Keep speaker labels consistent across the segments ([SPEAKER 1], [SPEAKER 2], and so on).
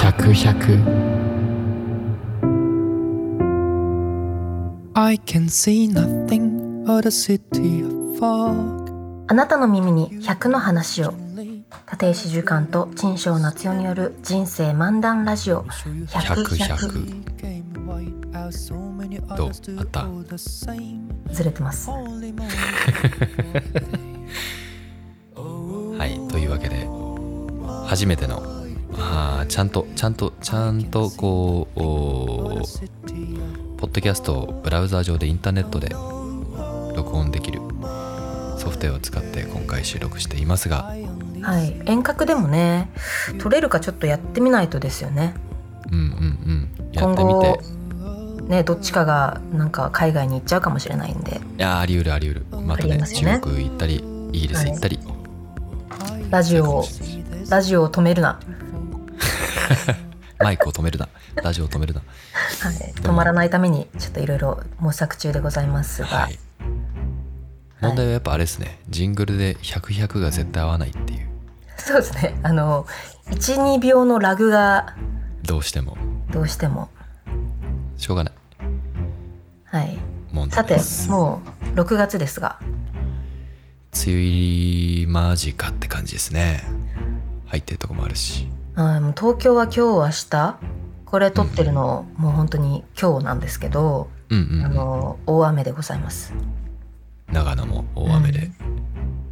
[SPEAKER 1] 百百
[SPEAKER 2] I can see nothing but a city of fog.
[SPEAKER 3] あなたの耳に100の話を立石寿貫と陳翔夏代による人生漫談ラジオ
[SPEAKER 1] 100
[SPEAKER 3] 100100
[SPEAKER 1] どうあった
[SPEAKER 2] Oh,
[SPEAKER 3] ずれてます
[SPEAKER 1] はいというわけで初めてのあーちゃんとちゃんとちゃんとこうおーポッドキャストをブラウザー上でインターネットで録音できるソフトウェアを使って今回収録していますが
[SPEAKER 3] はい遠隔でもね取れるかちょっとやってみないとですよね
[SPEAKER 1] うんうんうんや
[SPEAKER 3] 今
[SPEAKER 1] ってみ
[SPEAKER 3] 後
[SPEAKER 1] て
[SPEAKER 3] ねどっちかがなんか海外に行っちゃうかもしれないんで
[SPEAKER 1] いやーあり得るあり得るまた
[SPEAKER 3] あ
[SPEAKER 1] ね
[SPEAKER 3] りますよね
[SPEAKER 1] 中国行ったりイギリス行ったり、
[SPEAKER 3] ラジオをラジオを止めるな、
[SPEAKER 1] マイクを止めるなラジオを止めるな
[SPEAKER 3] はい、止まらないためにちょっといろいろ模索中でございますが、
[SPEAKER 1] はい問題はやっぱあれですねジングルで100100が絶対合わないっていう
[SPEAKER 3] そうですねあの12秒のラグが
[SPEAKER 1] どうしても
[SPEAKER 3] どうしても
[SPEAKER 1] しょうがない
[SPEAKER 3] はい
[SPEAKER 1] 問
[SPEAKER 3] さ
[SPEAKER 1] 題
[SPEAKER 3] て
[SPEAKER 1] です梅
[SPEAKER 3] もう6月ですが
[SPEAKER 1] 雨入り間近って感じですね入ってるとこもあるし
[SPEAKER 3] はいもう東京は今日明日これ撮ってるの、もう本当に今日なんですけど、
[SPEAKER 1] うんうん
[SPEAKER 3] あ
[SPEAKER 1] うん、
[SPEAKER 3] の大雨でございます
[SPEAKER 1] 長野も大雨で、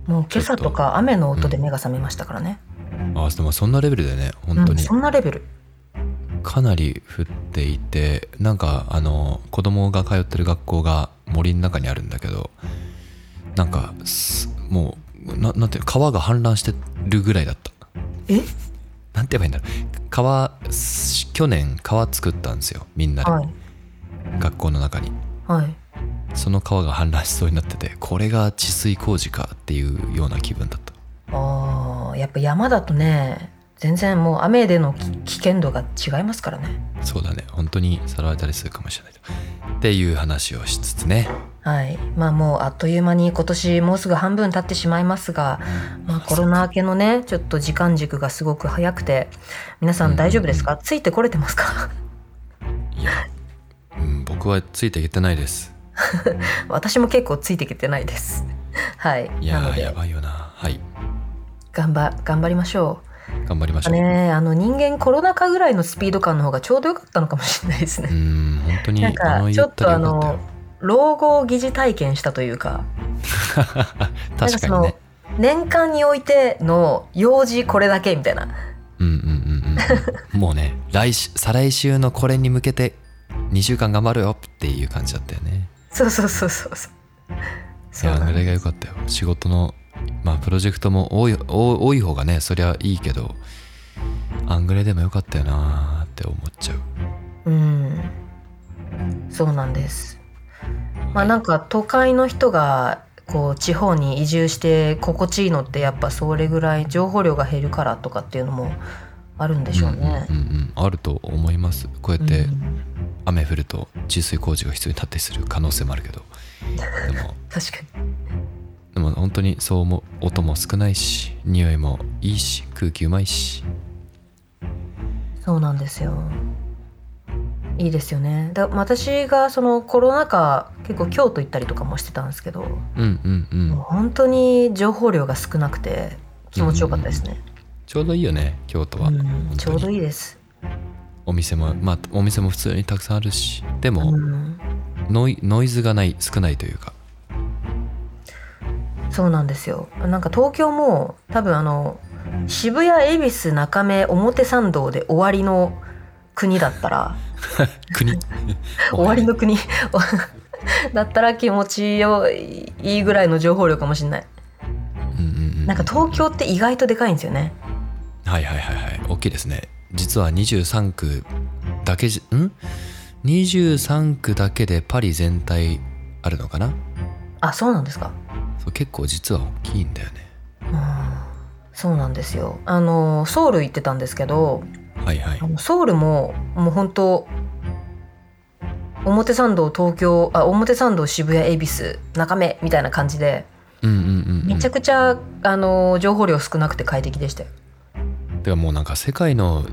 [SPEAKER 3] もう今朝とか雨の音で目が覚めましたからね、
[SPEAKER 1] あでもそんなレベルだよね本当
[SPEAKER 3] うん
[SPEAKER 1] に
[SPEAKER 3] そんなレベル
[SPEAKER 1] かなり降っていてなんかあの子供が通ってる学校が森の中にあるんだけどなんかすもうななんていうの川が氾濫してるぐらいだった
[SPEAKER 3] え
[SPEAKER 1] なんて言えばいいんだろう川す去年川作ったんですよみんなで、
[SPEAKER 3] はい
[SPEAKER 1] 学校の中に
[SPEAKER 3] はい
[SPEAKER 1] その川が氾濫しそうになっててこれが治水工事かっていうような気分だった
[SPEAKER 3] あーやっぱ山だとね全然もう雨でのき危険度が違いますからね
[SPEAKER 1] そうだね本当にさらわれたりするかもしれないっていう話をしつつね
[SPEAKER 3] はいまあもうあっという間に今年もうすぐ半分経ってしまいますが、まあ、コロナ明けのねちょっと時間軸がすごく早くて皆さん大丈夫ですか、ついてこれてますか
[SPEAKER 1] いや、うん、僕はついていけてないです
[SPEAKER 3] 私も結構ついてきてないです はい
[SPEAKER 1] い
[SPEAKER 3] な
[SPEAKER 1] や
[SPEAKER 3] の
[SPEAKER 1] ーや
[SPEAKER 3] で
[SPEAKER 1] ばいよなはい
[SPEAKER 3] 頑張頑張りましょ
[SPEAKER 1] 頑張りまし
[SPEAKER 3] う
[SPEAKER 1] ょう、
[SPEAKER 3] ねあの人間コロナ禍ぐらいのスピード感の方がちょうどよかったのかもしれないです
[SPEAKER 1] う
[SPEAKER 3] ね
[SPEAKER 1] ん本当に
[SPEAKER 3] なん
[SPEAKER 1] あの
[SPEAKER 3] かち
[SPEAKER 1] 言
[SPEAKER 3] ょ
[SPEAKER 1] っ
[SPEAKER 3] ったと
[SPEAKER 1] ら
[SPEAKER 3] あ
[SPEAKER 1] よかったよ
[SPEAKER 3] の老後疑似体験したというか
[SPEAKER 1] 確かにね
[SPEAKER 3] 年間においての用事これだけみたいな
[SPEAKER 1] うんうんうんうんもうね来週再来週のこれに向けて2週間頑張るよっていう感じだったよね
[SPEAKER 3] そうそうそうそうそう
[SPEAKER 1] い
[SPEAKER 3] そう
[SPEAKER 1] や
[SPEAKER 3] な
[SPEAKER 1] あ
[SPEAKER 3] ん
[SPEAKER 1] れ
[SPEAKER 3] で
[SPEAKER 1] が良かったよ仕事のまあプロジェクトも多い多多い方がねそりゃいいけどあんぐらいでも良かったよなーって思っちゃう
[SPEAKER 3] うんそうなんですまあなんか都会の人がこう地方に移住して心地いいのってやっぱそれぐらい情報量が減るからとかっていうのもあるんでしょうね
[SPEAKER 1] う。んうんうんうんあると思いますこうやって
[SPEAKER 3] うん
[SPEAKER 1] 雨降ると治水工事が必要になったりする可能性もあるけど でも
[SPEAKER 3] 確かに
[SPEAKER 1] でも本当にそう思う音も少ないし匂いもいいし空気うまいし
[SPEAKER 3] そうなんですよいいですよねだ私がそのコロナ禍結構京都行ったりとかもしてたんですけど、
[SPEAKER 1] うんうんう
[SPEAKER 3] もうん本当に情報量が少なくて気持ちよかったですね、
[SPEAKER 1] ちょうどいいよね京都は、
[SPEAKER 3] うん
[SPEAKER 1] 本当に
[SPEAKER 3] ちょうどいいです、
[SPEAKER 1] お店もまあお店も普通にたくさんあるしで
[SPEAKER 3] う
[SPEAKER 1] も、
[SPEAKER 3] ん、
[SPEAKER 1] ノイノイズがない少ないというか
[SPEAKER 3] そうなんですよなんか東京も多分あの渋谷恵比寿中目表参道で終わりの国だったら
[SPEAKER 1] 国
[SPEAKER 3] 終わりの国 だったら気持ちよいいぐらいの情報量かもしれない
[SPEAKER 1] うんうんうん
[SPEAKER 3] なんか東京って意外とでかいんですよね
[SPEAKER 1] はいはいはいはい大きいですね実は23区だけじん23区だけでパリ全体あるのかな
[SPEAKER 3] あそうなんですか
[SPEAKER 1] そう結構実は大きいんだよね
[SPEAKER 3] うんそうなんですよあのソウル行ってたんですけど
[SPEAKER 1] はいはい
[SPEAKER 3] あのソウルももう本当表参道東京あ表参道渋谷恵比寿中目みたいな感じで
[SPEAKER 1] うんうんうん、うん、
[SPEAKER 3] めちゃくちゃ、あの情報量少なくて快適でしたよ
[SPEAKER 1] てかもうなんか世界の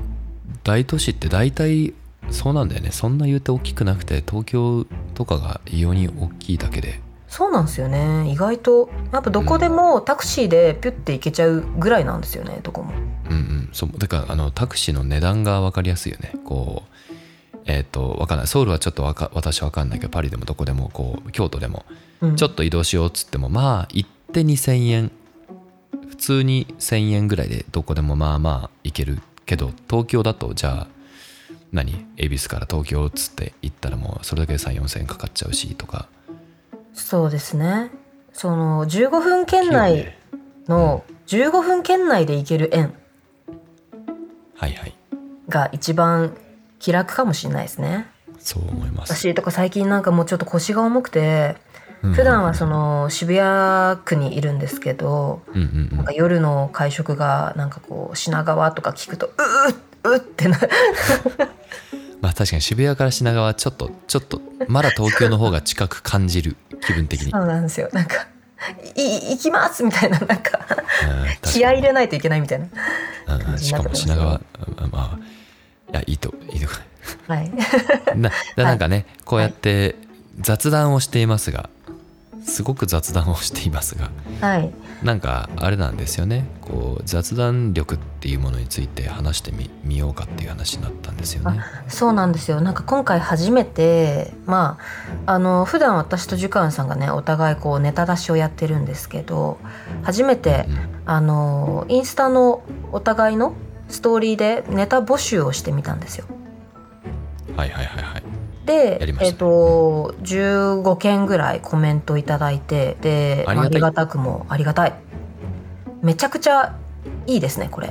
[SPEAKER 1] 大都市って大体そうなんだよねそんな言うて大きくなくて東京とかが異様に大きいだけで
[SPEAKER 3] そうなんですよね意外とやっぱどこでもタクシーでピュッて行けちゃうぐらいなんですよねどこも
[SPEAKER 1] うんうんそうだからあのタクシーの値段が分かりやすいよねこうえっ、とわかんないソウルはちょっとわか私わかんないけどパリでもどこでもこう京都でも
[SPEAKER 3] うん
[SPEAKER 1] ちょっと移動しようっつってもまあ行って2,000円普通に1,000円ぐらいでどこでもまあまあ行けるけど東京だとじゃあ何恵比寿から東京っつって行ったらもうそれだけで3,000,000円かかっちゃうしとか
[SPEAKER 3] そうですねその15分圏内の15分圏内で行ける円
[SPEAKER 1] はいはい
[SPEAKER 3] が一番気楽かもしれないですね
[SPEAKER 1] そう思います
[SPEAKER 3] 私とか最近なんかもうちょっと腰が重くて
[SPEAKER 1] うん
[SPEAKER 3] 普段はその渋谷区にいるんですけど
[SPEAKER 1] うんうんう
[SPEAKER 3] なんんか夜の会食がなんかこう品川とか聞くとうううって な
[SPEAKER 1] まあ確かに渋谷から品川はちょっとちょっとまだ東京の方が近く感じる気分的に
[SPEAKER 3] そうなんですよなんか「いい行きます!」みたいななんか
[SPEAKER 1] うん確かに
[SPEAKER 3] 気合い入れないといけないみたいな
[SPEAKER 1] うんうんしかも品川うんまあいやいいといいと
[SPEAKER 3] はい
[SPEAKER 1] なでなんかね、こうやって雑談をしていますがすごく雑談をしていますが
[SPEAKER 3] はい
[SPEAKER 1] なんかあれなんですよねこう雑談力っていうものについて話してみみようかっていう話になったんですよね。
[SPEAKER 3] そうなんですよなんか今回初めてまああの普段私とジュカンさんがねお互いこうネタ出しをやってるんですけど初めて
[SPEAKER 1] うん
[SPEAKER 3] あのインスタのお互いのストーリーでネタ募集をしてみたんですよ。
[SPEAKER 1] はいはいはいはい。
[SPEAKER 3] で
[SPEAKER 1] やりました
[SPEAKER 3] えっ、と15件ぐらいコメントいただいてで
[SPEAKER 1] ありがたい
[SPEAKER 3] まあありがたくもありがたいめちゃくちゃいいですねこれ
[SPEAKER 1] い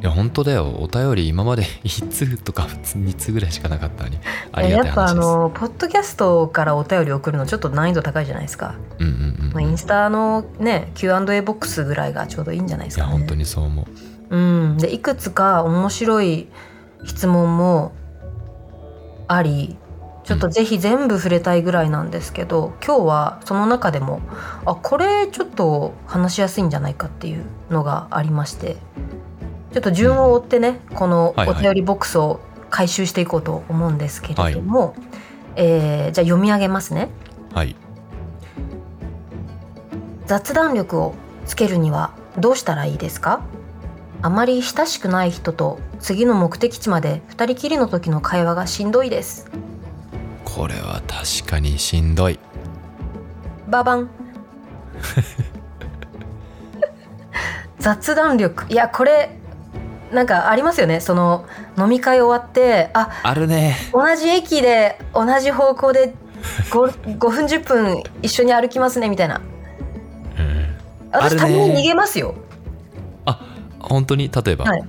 [SPEAKER 1] や本当だよお便り今まで1通とか2通ぐらいしかなかったのにありがたい
[SPEAKER 3] やっぱあ
[SPEAKER 1] 話です。
[SPEAKER 3] のポッドキャストからお便り送るのちょっと難易度高いじゃないですか、
[SPEAKER 1] うんうん
[SPEAKER 3] ま
[SPEAKER 1] う
[SPEAKER 3] あ、
[SPEAKER 1] ん、
[SPEAKER 3] イ
[SPEAKER 1] い
[SPEAKER 3] ンスタのね Q&A ボックスぐらいがちょうどいいんじゃないですか、
[SPEAKER 1] や
[SPEAKER 3] ね、
[SPEAKER 1] 本当にそう思う。
[SPEAKER 3] うん、でいくつか面白い質問もありちょっとぜひ全部触れたいぐらいなんですけど、今日はその中でもあこれちょっと話しやすいんじゃないかっていうのがありましてちょっと順を追ってね、この
[SPEAKER 1] はいは
[SPEAKER 3] お
[SPEAKER 1] い
[SPEAKER 3] 便りボックスを回収していこうと思うんですけれども、えーじゃあ読み上げますね。
[SPEAKER 1] はい。
[SPEAKER 3] 雑談力をつけるにはどうしたらいいですかあまり親しくない人と次の目的地まで二人きりの時の会話がしんどいです
[SPEAKER 1] これは確かにしんどい。
[SPEAKER 3] バ バン雑談力いやこれなんかありますよねその飲み会終わってあ
[SPEAKER 1] あるね。
[SPEAKER 3] 同じ駅で同じ方向で 5, 5分10分一緒に歩きますねみたいな
[SPEAKER 1] うん、あ
[SPEAKER 3] 私
[SPEAKER 1] るね
[SPEAKER 3] たまに逃げますよ
[SPEAKER 1] あ本当に例えば、
[SPEAKER 3] はい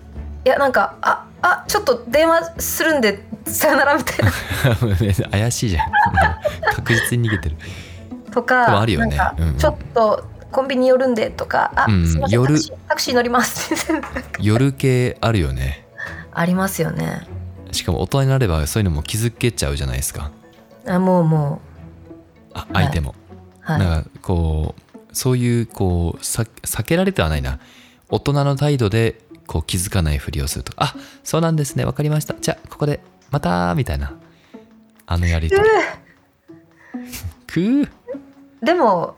[SPEAKER 3] いやなんかああちょっと電話するんでさよならみたいな
[SPEAKER 1] 怪しいじゃん 確実に逃げてる
[SPEAKER 3] と
[SPEAKER 1] でも
[SPEAKER 3] か
[SPEAKER 1] あるよね
[SPEAKER 3] なんか
[SPEAKER 1] うんうん
[SPEAKER 3] ちょっとコンビニ寄るんでとかあ、
[SPEAKER 1] うん
[SPEAKER 3] すいません
[SPEAKER 1] 寄る
[SPEAKER 3] タクシータクシー乗ります
[SPEAKER 1] 夜系あるよね
[SPEAKER 3] ありますよね
[SPEAKER 1] しかも大人になればそういうのも気づけちゃうじゃないですか
[SPEAKER 3] あもうも
[SPEAKER 1] あ
[SPEAKER 3] はい
[SPEAKER 1] 相手も、
[SPEAKER 3] うは
[SPEAKER 1] なんかこうそういうこうさ避けられてはないな大人の態度でこう気づかないふりをするとかあそうなんですねわかりましたじゃあここでまたみたいなあのやりとりくー
[SPEAKER 3] いでも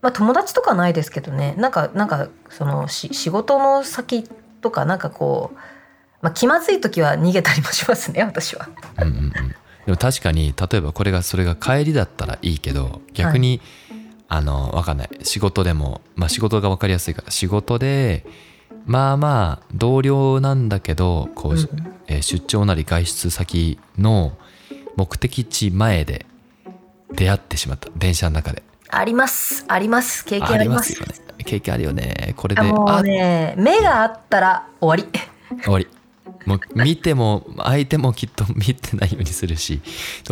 [SPEAKER 3] まあ友達とかないですけどねなんかなんかそのし仕事の先とかなんかこう、まあ、気まずい時は逃げたりもしますね私は
[SPEAKER 1] うんうんうん、でも確かに例えばこれがそれが帰りだったらいいけど逆に、あのわかんない仕事でもまあ仕事が分かりやすいから仕事でまあまあ同僚なんだけどこう、
[SPEAKER 3] うん
[SPEAKER 1] えー出張なり外出先の目的地前で出会ってしまった電車の中で
[SPEAKER 3] ありますあります経験あります
[SPEAKER 1] よね経験あるよねこれで
[SPEAKER 3] あも
[SPEAKER 1] あ
[SPEAKER 3] うね目があったら終わり
[SPEAKER 1] 終わりもう見ても相手もきっと見てないようにするし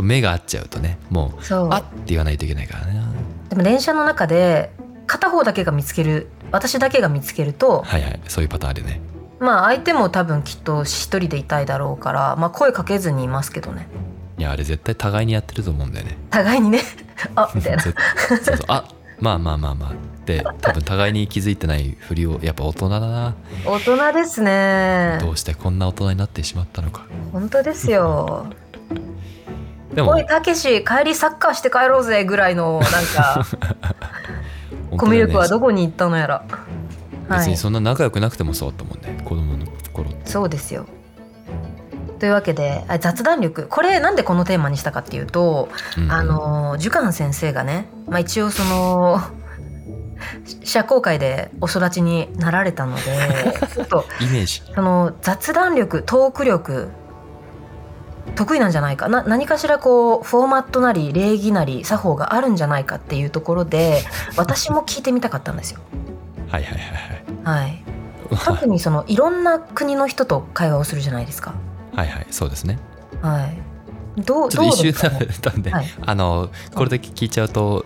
[SPEAKER 1] 目が合っちゃうとねもう
[SPEAKER 3] そう
[SPEAKER 1] あって言わないといけないからね。
[SPEAKER 3] でも電車の中で片方だけが見つける私だけが見つけると
[SPEAKER 1] はいはい、そういうパターンあるね。
[SPEAKER 3] まあ相手も多分きっと一人でいたいだろうから、まあ、声かけずにいますけどね
[SPEAKER 1] いや、あれ絶対互いにやってると思うんだよね。
[SPEAKER 3] 互いにね あみたいな
[SPEAKER 1] 絶そうそう、あ、まあまあまあまあ。って多分互いに気づいてないふりをやっぱ大人だな
[SPEAKER 3] 大人ですね
[SPEAKER 1] どうしてこんな大人になってしまったのか
[SPEAKER 3] 本当ですよ
[SPEAKER 1] でも
[SPEAKER 3] おいたけし帰りサッカーして帰ろうぜぐらいのなん かコミュ力はど
[SPEAKER 1] こ、
[SPEAKER 3] こに行ったのやらは
[SPEAKER 1] 別
[SPEAKER 3] い
[SPEAKER 1] にそんな仲良くなくてもそうだったもんね子供の頃って
[SPEAKER 3] そうですよというわけであ雑談力これなんでこのテーマにしたかっていうと
[SPEAKER 1] うんうん
[SPEAKER 3] あの儒寛先生がね、まあ、一応その 社交界でお育ちになられたの でちょっと
[SPEAKER 1] イメージ
[SPEAKER 3] その雑談力トーク力得意なんじゃないかな何かしらこうフォーマットなり礼儀なり作法があるんじゃないかっていうところで私も聞いてみたかったんですよ。
[SPEAKER 1] はいはいはい
[SPEAKER 3] はい、
[SPEAKER 1] は
[SPEAKER 3] 特にそのいろんな国の人と会話をするじゃないですか。
[SPEAKER 1] いはいはいそうですね
[SPEAKER 3] はい、どう
[SPEAKER 1] ちょっと
[SPEAKER 3] どうで
[SPEAKER 1] 一周
[SPEAKER 3] すかね
[SPEAKER 1] たんで、
[SPEAKER 3] はい
[SPEAKER 1] あのこれだけ聞いちゃうと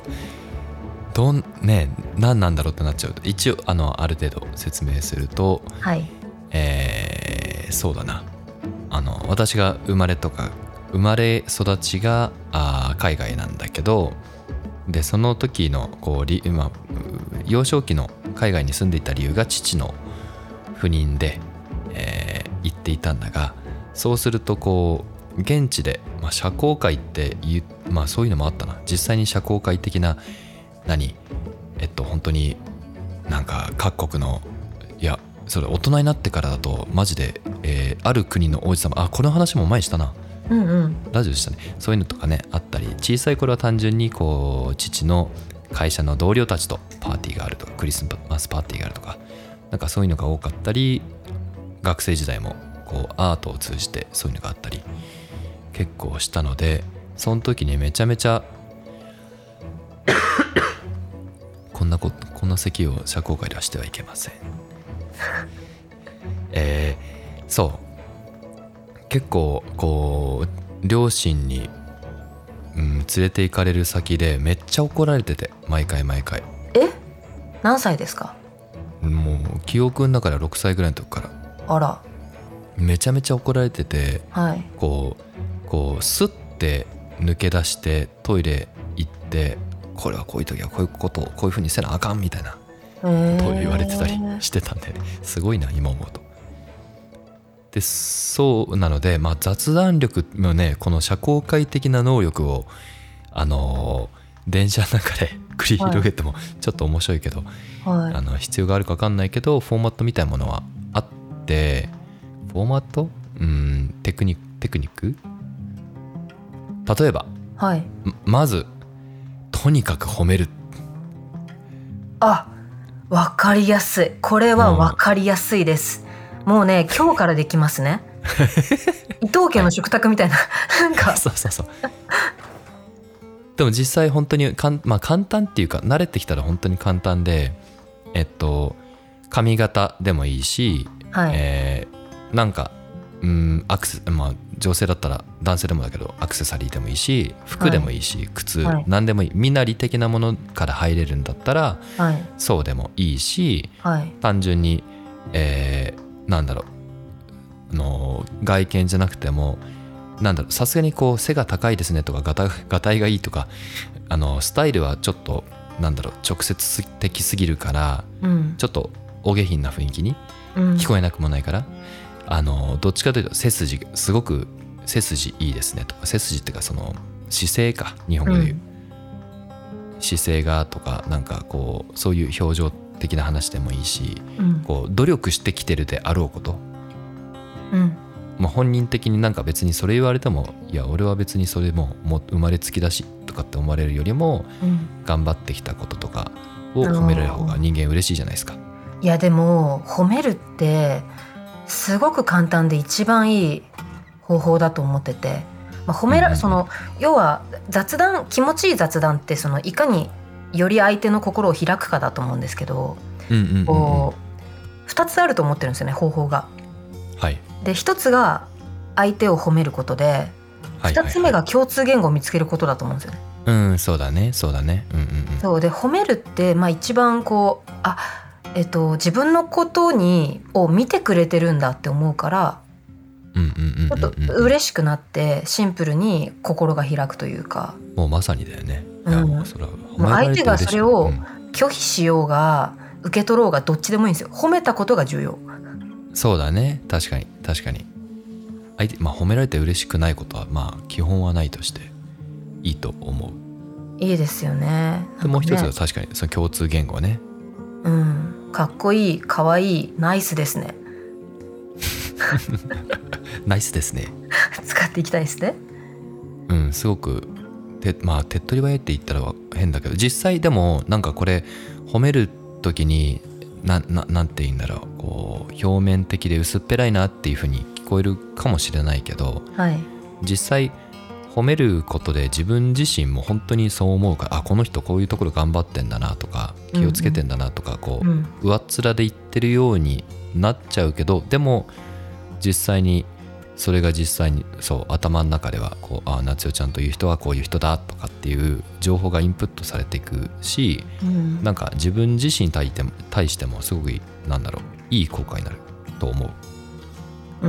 [SPEAKER 1] どんね何なんだろうってなっちゃうと一応あのある程度説明すると
[SPEAKER 3] はい
[SPEAKER 1] えーそうだなあの私が生まれとか生まれ育ちがあー海外なんだけどでその時のこうり、まあ、幼少期の海外に住んでいた理由が父の不妊で、えー行っていたんだがそうするとこう現地で、まあ、社交界っていう、まあ、そういうのもあったな実際に社交界的な何えっと本当になんか各国のいやそれ大人になってからだとマジで、えーある国の王子様あこの話も前にしたな
[SPEAKER 3] うんうん
[SPEAKER 1] ラジオでしたねそういうのとかねあったり小さい頃は単純にこう父の会社の同僚たちとパーティーがあるとかクリスマスパーティーがあるとかなんかそういうのが多かったり学生時代もこうアートを通じてそういうのがあったり結構したのでその時にめちゃめちゃ こんなここんな席を社交界ではしてはいけませんえーそう結構こう両親に、うん、連れて行かれる先でめっちゃ怒られてて毎回毎回
[SPEAKER 3] え何歳ですか
[SPEAKER 1] もう記憶の中では6歳ぐらいの時から
[SPEAKER 3] あら
[SPEAKER 1] めちゃめちゃ怒られてて
[SPEAKER 3] はい
[SPEAKER 1] こうこうスッて抜け出してトイレ行ってこれはこういう時はこういうことをこういうふうにせなあかんみたいな
[SPEAKER 3] えー
[SPEAKER 1] と言われてたりしてたんで、すごいな今思うと。でそうなので、まあ、雑談力のねこの社交界的な能力をあのー電車の中で 繰り広げてもちょっと面白いけど、あ
[SPEAKER 3] は
[SPEAKER 1] の必要があるか分かんないけどフォーマットみたいなものはあってフォーマットうんテクニテクニック例えば
[SPEAKER 3] いはい
[SPEAKER 1] ままずとにかく褒める
[SPEAKER 3] あわかりやすいこれはわかりやすいです、もうね今日からできます ね伊藤家の食卓みたいななんか
[SPEAKER 1] そうそうそう。でも実際本当にかん、まあ、簡単っていうか慣れてきたら本当に簡単でえっと髪型でもいいし、
[SPEAKER 3] はい、
[SPEAKER 1] えーなんかうんアクセ、まあ、女性だったら男性でもだけどアクセサリーでもいいし服でもいいし、靴、
[SPEAKER 3] はい
[SPEAKER 1] 何でもいい身なり的なものから入れるんだったら
[SPEAKER 3] はい
[SPEAKER 1] そうでもいいし
[SPEAKER 3] はい
[SPEAKER 1] 単純に、えーなんだろうあの外見じゃなくてもなんだろうさすがにこう背が高いですねとかがたがたいがいいとかあのスタイルはちょっとなんだろう直接的すぎるから
[SPEAKER 3] うん
[SPEAKER 1] ちょっとお下品な雰囲気に
[SPEAKER 3] うん
[SPEAKER 1] 聞こえなくもないから、あのどっちかというと背筋がすごく背筋いいですねとか背筋っていうかその姿勢か日本語で言う、姿勢がとかなんかこうそういう表情的な話でもいいし
[SPEAKER 3] うん
[SPEAKER 1] こう努力してきてるであろうこと、
[SPEAKER 3] うん
[SPEAKER 1] まあ、本人的になんか別にそれ言われてもいや俺は別にそれもうもう生まれつきだしとかって思われるよりも
[SPEAKER 3] うん
[SPEAKER 1] 頑張ってきたこととかを褒められる方が人間嬉しいじゃないですか。
[SPEAKER 3] いやでも褒めるってすごく簡単で一番いい方法だと思ってて、まあ、褒めら
[SPEAKER 1] うん
[SPEAKER 3] その要は雑談気持ちいい雑談ってそのいかにより相手の心を開くかだと思うんですけど
[SPEAKER 1] うんうんうんうんは
[SPEAKER 3] こう2つあると思ってるんですよね方法が。
[SPEAKER 1] い
[SPEAKER 3] で1つが相手を褒めることで
[SPEAKER 1] はい
[SPEAKER 3] 2つ目
[SPEAKER 1] はい
[SPEAKER 3] が共通言語を見つけることだと思うんですよね。
[SPEAKER 1] うんそうだねそうだねうんうんうん
[SPEAKER 3] そうで褒めるって、まあ、一番こうあえっと自分のことにを見てくれてるんだって思うから
[SPEAKER 1] うんうんうん
[SPEAKER 3] ちょっ
[SPEAKER 1] うん
[SPEAKER 3] と
[SPEAKER 1] うん
[SPEAKER 3] 嬉しくなってシンプルに心が開くというか
[SPEAKER 1] もうまさにだよね。
[SPEAKER 3] うん
[SPEAKER 1] いやもうそれは
[SPEAKER 3] もう相手がそれを
[SPEAKER 1] うん
[SPEAKER 3] 拒否しようが受け取ろうがどっちでもいいんですよ褒めたことが重要
[SPEAKER 1] そうだね確かに確かに相手、まあ、褒められて嬉しくないことはまあ基本はないとしていいと思う
[SPEAKER 3] いいですよねなんか
[SPEAKER 1] でもう一つ
[SPEAKER 3] ね
[SPEAKER 1] は確かにその共通言語ね
[SPEAKER 3] うんかっこいいかわいいナイスですね
[SPEAKER 1] ナイスですね
[SPEAKER 3] 使っていきたいですね
[SPEAKER 1] うんすごくてまあ手っ取り早いって言ったら変だけど実際でもなんかこれ褒める時になななんて言うんだろうこう表面的で薄っぺらいなっていう風に聞こえるかもしれないけど
[SPEAKER 3] はい
[SPEAKER 1] 実際褒めることで自分自身も本当にそう思うからあこの人こういうところ頑張ってんだなとか気をつけてんだなとか、こう
[SPEAKER 3] うん
[SPEAKER 1] 上っ面で言ってるようになっちゃうけどでも実際にそれが実際にそう頭の中ではこうあ夏代ちゃんという人はこういう人だとかっていう情報がインプットされていくし
[SPEAKER 3] うん
[SPEAKER 1] なんか自分自身に対しても対してもすごくいいなんだろういい効果になると思う。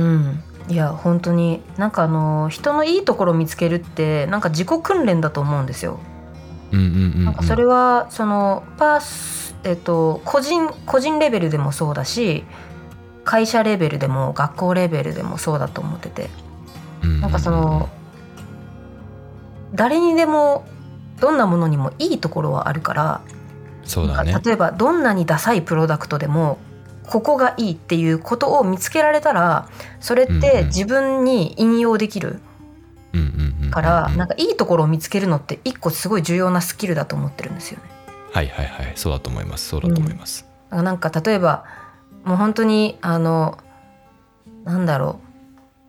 [SPEAKER 3] うん、いや本当になんかあの人のいいところを見つけるってなんか自己訓練だと思うんですよ。
[SPEAKER 1] うんうんうんうん、
[SPEAKER 3] なんかそれはそのパース、えっと、個人個人レベルでもそうだし会社レベルでも学校レベルでもそうだと思ってて
[SPEAKER 1] うんうんうん
[SPEAKER 3] なんかその誰にでもどんなものにもいいところはあるから、
[SPEAKER 1] そうだ
[SPEAKER 3] なん
[SPEAKER 1] ね
[SPEAKER 3] か。例えばどんなにダサいプロダクトでもここがいいっていうことを見つけられたらそれっ
[SPEAKER 1] うんう
[SPEAKER 3] て
[SPEAKER 1] ん
[SPEAKER 3] 自分に引用できる。
[SPEAKER 1] うんうんうん
[SPEAKER 3] から、
[SPEAKER 1] うん
[SPEAKER 3] なんかいいところを見つけるのって一個すごい重要なスキルだと思ってるんですよね。
[SPEAKER 1] はいはいはいそうだと思いますそうだと思います、
[SPEAKER 3] だからなんか例えばもう本当にあのなんだろ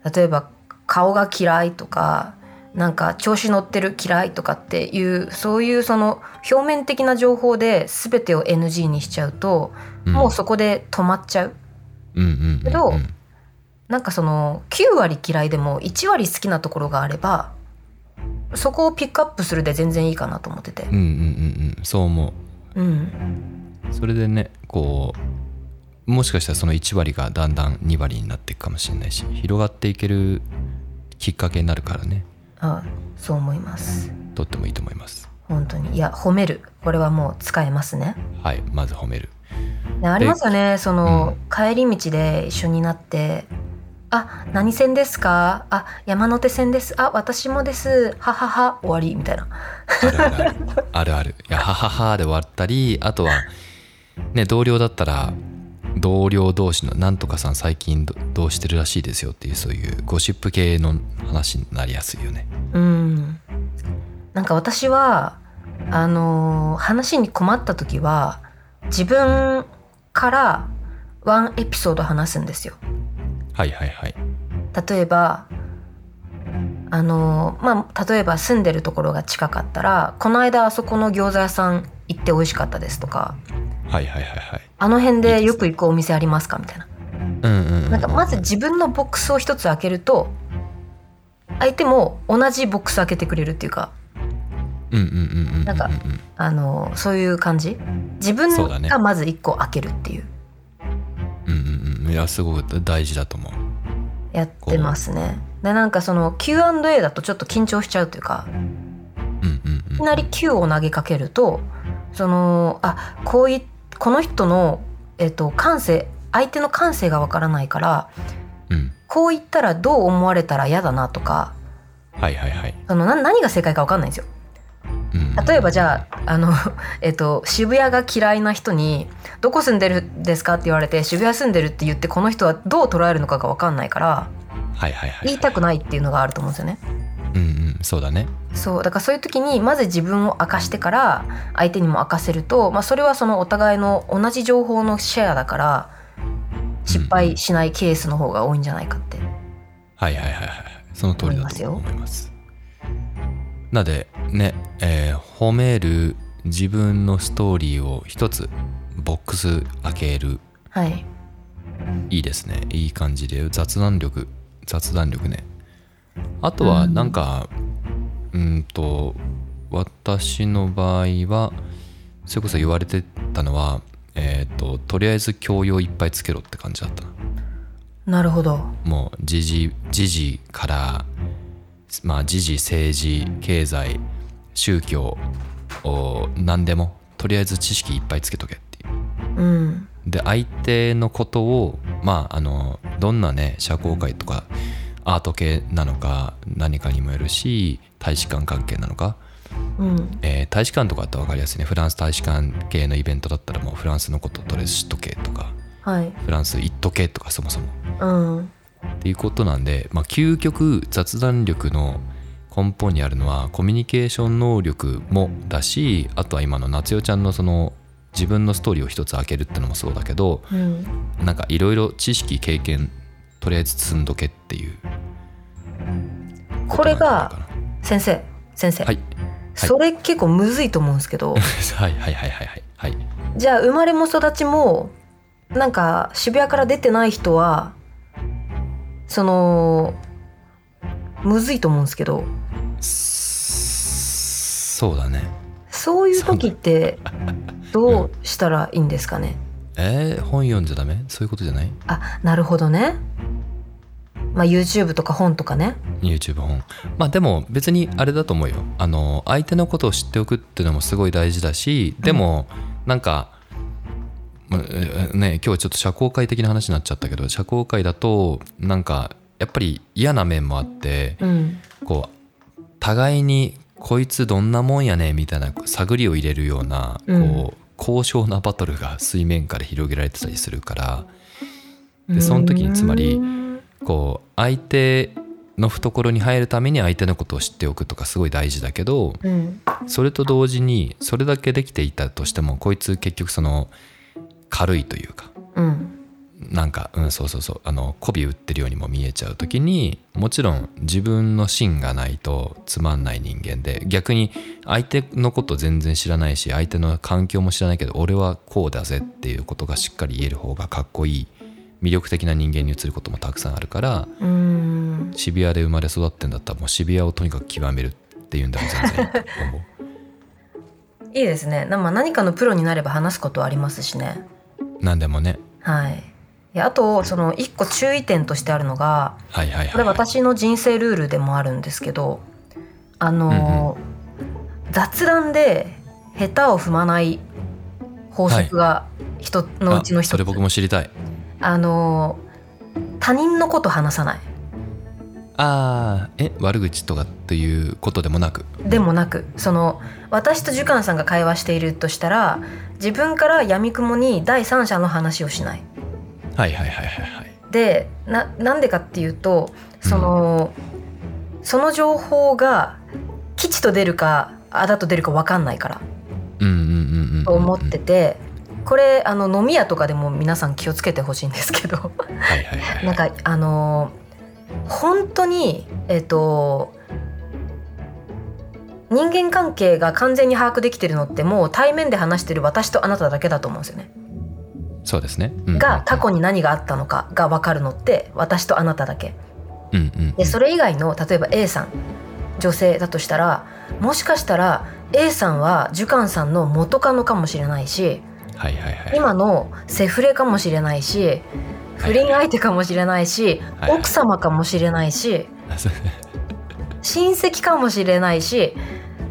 [SPEAKER 3] う例えば顔が嫌いとかなんか調子乗ってる嫌いとかっていうそういうその表面的な情報で全てを NG にしちゃうと、
[SPEAKER 1] うん、
[SPEAKER 3] もうそこで止まっちゃう。
[SPEAKER 1] うんうんうんうん
[SPEAKER 3] けどなんかその9割嫌いでも1割好きなところがあればそこをピックアップするで全然いいかなと思ってて
[SPEAKER 1] うんう。んうんうんそう思
[SPEAKER 3] うん
[SPEAKER 1] うそれでねこうもしかしたらその1割がだんだん2割になっていくかもしれないし広がっていけるきっかけになるからね
[SPEAKER 3] あそう思います
[SPEAKER 1] とってもいいと思います
[SPEAKER 3] 本当にいや褒めるこれはもう使えますね
[SPEAKER 1] はいまず褒める
[SPEAKER 3] ねありますよねその、
[SPEAKER 1] う
[SPEAKER 3] 帰り道で一緒になって「あ何線ですかあ山手線ですあ私もですははは終わり」みたいな
[SPEAKER 1] あるある あるあるあるいやはははで終わったりあとはね同僚だったら同僚同士のなんとかさん最近どどうしてるらしいですよっていうそういうゴシップ系の話になりやすいよね
[SPEAKER 3] うんなんか私はあのー話に困った時は自分からワンエピソード話すんですよ
[SPEAKER 1] はいはいはい
[SPEAKER 3] 例えばあのまあ例えば住んでるところが近かったら「この間あそこの餃子屋さん行って美味しかったです」とか
[SPEAKER 1] はいはいはいはい
[SPEAKER 3] 「あの辺
[SPEAKER 1] いいです
[SPEAKER 3] で
[SPEAKER 1] ね
[SPEAKER 3] よく行くお店ありますか?」みたいな
[SPEAKER 1] うんうんうん
[SPEAKER 3] なんかまず自分のボックスを一つ開けると相手も同じボックス開けてくれるっていうか
[SPEAKER 1] うんうんうんうんう
[SPEAKER 3] なんかあのそういう感じ自分
[SPEAKER 1] そうだね
[SPEAKER 3] がまず一個開けるっていう
[SPEAKER 1] うんうんうんいやすごく大事だと思う
[SPEAKER 3] やってますね。でなんかその Q&A だとちょっと緊張しちゃうというか
[SPEAKER 1] うんうんうん
[SPEAKER 3] いきなり球を投げかけるとそのあこういこの人の、えっと感性相手の感性がわからないから
[SPEAKER 1] うん
[SPEAKER 3] こう言ったらどう思われたら嫌だなとか
[SPEAKER 1] はいはいはい、
[SPEAKER 3] そのな何が正解かわかんないんですよ。
[SPEAKER 1] うんうん
[SPEAKER 3] 例えばじゃああの、 えっと渋谷が嫌いな人に「どこ住んでるんですか?」って言われて渋谷住んでるって言ってこの人はどう捉えるのかがわかんないから
[SPEAKER 1] はいはいはい
[SPEAKER 3] 言いたくないっていうのがあると思うんですよね。
[SPEAKER 1] うんうんそうだね
[SPEAKER 3] そうだからそういう時にまず自分を明かしてから相手にも明かせると、まあ、それはそのお互いの同じ情報のシェアだから失敗しないケースの方が多いんじゃないかって。
[SPEAKER 1] はいはいはいはいその通りだと思
[SPEAKER 3] 思
[SPEAKER 1] いますなのでね、えー褒める自分のストーリーを一つボックス開ける
[SPEAKER 3] はい、
[SPEAKER 1] いいですねいい感じで雑談力雑談力ねあとはなんかうんと私の場合はそれこそ言われてたのはえっ、ととりあえず教養いっぱいつけろって感じだったな
[SPEAKER 3] なるほど。
[SPEAKER 1] もう時事時事からまあ時事政治経済宗教お何でもとりあえず知識いっぱいつけとけっていう
[SPEAKER 3] うん
[SPEAKER 1] で相手のことをまああのどんなね社交界とかアート系なのか何かにもよるし大使館関係なのか、
[SPEAKER 3] うん
[SPEAKER 1] えー大使館とかだったら分かりやすいねフランス大使館系のイベントだったらもうフランスのこととりあえず知っとけとか
[SPEAKER 3] はい
[SPEAKER 1] フランス行っとけとかそもそも
[SPEAKER 3] うん
[SPEAKER 1] っていうことなんで、まあ、究極雑談力の根本にあるのはコミュニケーション能力もだしあとは今の夏代ちゃんのその自分のストーリーを一つ開けるってのもそうだけど
[SPEAKER 3] うん
[SPEAKER 1] なんかいろいろ知識経験とりあえず積んどけっていう
[SPEAKER 3] これ
[SPEAKER 1] なんじゃ
[SPEAKER 3] が
[SPEAKER 1] ないか
[SPEAKER 3] 先生先生、
[SPEAKER 1] なはい
[SPEAKER 3] それ結構むずいと思うんですけど
[SPEAKER 1] はいはいはいはいはいはい
[SPEAKER 3] じゃあ生まれも育ちもなんか渋谷から出てない人はそのむずいと思うんですけど
[SPEAKER 1] そうだね
[SPEAKER 3] そういう時ってどうしたらいいんですかね、
[SPEAKER 1] えー、本読んじゃダメそういうことじゃない
[SPEAKER 3] あなるほどねまあ YouTube とか本とかね
[SPEAKER 1] YouTube 本まあでも別にあれだと思うよあの相手のことを知っておくっていうのもすごい大事だしでもなんか、まえね今日ちょっと社交界的な話になっちゃったけど社交界だとなんかやっぱり嫌な面もあって
[SPEAKER 3] うん
[SPEAKER 1] こう互いにこいつどんなもんやねみたいな探りを入れるようなこう、
[SPEAKER 3] うん
[SPEAKER 1] 高尚なバトルが水面下で広げられてたりするからでその時につまり
[SPEAKER 3] うん
[SPEAKER 1] こう相手の懐に入るために相手のことを知っておくとかすごい大事だけど
[SPEAKER 3] うん
[SPEAKER 1] それと同時にそれだけできていたとしてもこいつ結局その軽いというか
[SPEAKER 3] うん
[SPEAKER 1] なんかうんそうそうそうあの媚び売ってるようにも見えちゃう時にもちろん自分の芯がないとつまんない人間で逆に相手のこと全然知らないし相手の環境も知らないけど俺はこうだぜっていうことがしっかり言える方がかっこいい魅力的な人間に移ることもたくさんあるから
[SPEAKER 3] うん
[SPEAKER 1] シビアで生まれ育ってんだったらもうシビアをとにかく極めるっていうんだら全然 いいと思う
[SPEAKER 3] いいですね、なまあ、何かのプロになれば話すことはありますしね
[SPEAKER 1] 何でもね
[SPEAKER 3] はいいやあとその一個注意点としてあるのが
[SPEAKER 1] はいはいはい、はい、
[SPEAKER 3] これ私の人生ルールでもあるんですけどあの、雑談で下手を踏まない法則が人のうちの
[SPEAKER 1] あ
[SPEAKER 3] 一つ、
[SPEAKER 1] それ僕も知りたい
[SPEAKER 3] あの他人のこと話さない
[SPEAKER 1] ああえ悪口とかっていうことでもなく
[SPEAKER 3] でもなくその私と寿貫さんが会話しているとしたら自分からやみくもに第三者の話をしない。
[SPEAKER 1] はいはいはいはいはい
[SPEAKER 3] でななんでかっていうとその、その情報が吉と出るかあだと出るか分かんないから
[SPEAKER 1] うんうんうんうんうん
[SPEAKER 3] と思ってて、これあの飲み屋とかでも皆さん気をつけてほしいんですけ ど
[SPEAKER 1] はいはいはい
[SPEAKER 3] なん
[SPEAKER 1] はい
[SPEAKER 3] かあのー本当にえっ、と人間関係が完全に把握できてるのってもう対面で話してる私とあなただけだと思うんですよね。
[SPEAKER 1] そうですね、うん、
[SPEAKER 3] が過去に何があったのかが分かるのって私とあなただけ。
[SPEAKER 1] うんうんうん
[SPEAKER 3] でそれ以外の例えば A さん女性だとしたらもしかしたら A さんは寿貫さんの元カノかもしれないし
[SPEAKER 1] はいはいはい
[SPEAKER 3] 今のセフレかもしれないし不倫相手かもしれないし
[SPEAKER 1] はいはい
[SPEAKER 3] 奥様かもしれないし
[SPEAKER 1] あそう
[SPEAKER 3] 親戚かもしれないし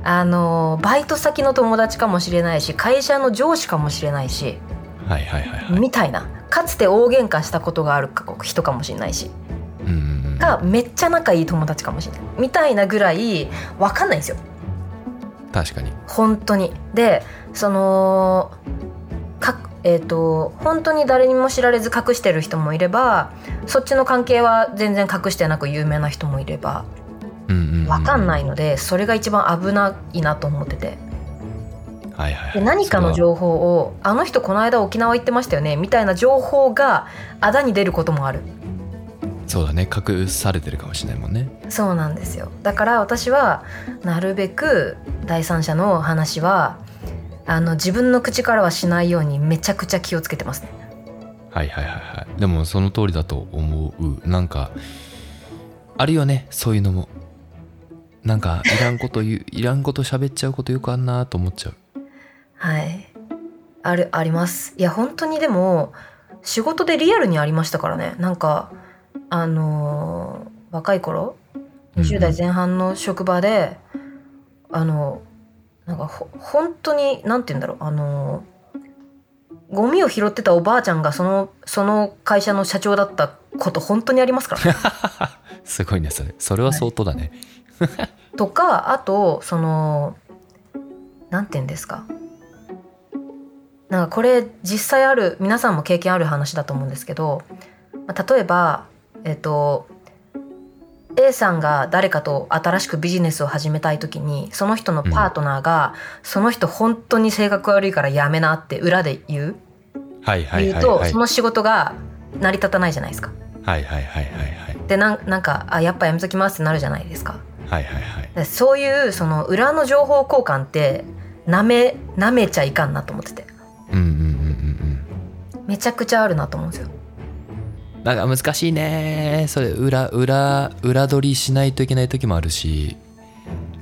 [SPEAKER 3] あのバイト先の友達かもしれないし会社の上司かもしれないし
[SPEAKER 1] はいはいはいはい
[SPEAKER 3] みたいなかつて大喧嘩したことがあるか人かもしれないし
[SPEAKER 1] うんうんうん
[SPEAKER 3] がめっちゃ仲いい友達かもしれないみたいなぐらい分かんないんですよ。
[SPEAKER 1] 確かに
[SPEAKER 3] 本当にでそのかえー、と本当に誰にも知られず隠してる人もいればそっちの関係は全然隠してなく有名な人もいれば
[SPEAKER 1] うんうんうん
[SPEAKER 3] 分かんないのでそれが一番危ないなと思ってて
[SPEAKER 1] はいはいは
[SPEAKER 3] で
[SPEAKER 1] い
[SPEAKER 3] 何かの
[SPEAKER 1] それは
[SPEAKER 3] 情報を「あの人この間沖縄行ってましたよね」みたいな情報があだに出ることもある
[SPEAKER 1] そうだね隠されてるかもしれないもんね
[SPEAKER 3] そうなんですよだから私はなるべく第三者の話はあの自分の口からはしないようにめちゃくちゃ気をつけてますね。
[SPEAKER 1] はいはいはいはいでもその通りだと思うなんかあるよねそういうのもなんかいらんこと言う いらんこと喋っちゃうことよくあんなと思っちゃう
[SPEAKER 3] はい。ある、あります。いや、本当にでも、仕事でリアルにありましたからね。なんか、あのー若い頃、
[SPEAKER 1] うん
[SPEAKER 3] 20代前半の職場で、あの、なんかほ本当になんて言うんだろうあのゴミを拾ってたおばあちゃんがそのその会社の社長だったこと本当にありますからね
[SPEAKER 1] すごいねそれそれは相当だね、
[SPEAKER 3] とかあとそのなんて言うんですかなんかこれ実際ある皆さんも経験ある話だと思うんですけどまあ例えばえっ、と A さんが誰かと新しくビジネスを始めたい時にその人のパートナーが、その人本当に性格悪いからやめなって裏で言う、
[SPEAKER 1] はいはい
[SPEAKER 3] 言
[SPEAKER 1] は
[SPEAKER 3] う
[SPEAKER 1] い
[SPEAKER 3] と、
[SPEAKER 1] はい
[SPEAKER 3] その仕事が成り立たないじゃないですか。
[SPEAKER 1] はいはいはいはいはい
[SPEAKER 3] でなんなんかあやっぱやめときますってなるじゃないですか。
[SPEAKER 1] はいはいはい
[SPEAKER 3] でそういうその裏の情報交換ってなめなめちゃいかんなと思ってて
[SPEAKER 1] うんうんうんうん
[SPEAKER 3] めちゃくちゃあるなと思うんですよ。
[SPEAKER 1] うんなんか難しいねそれ裏裏裏取りしないといけない時もあるし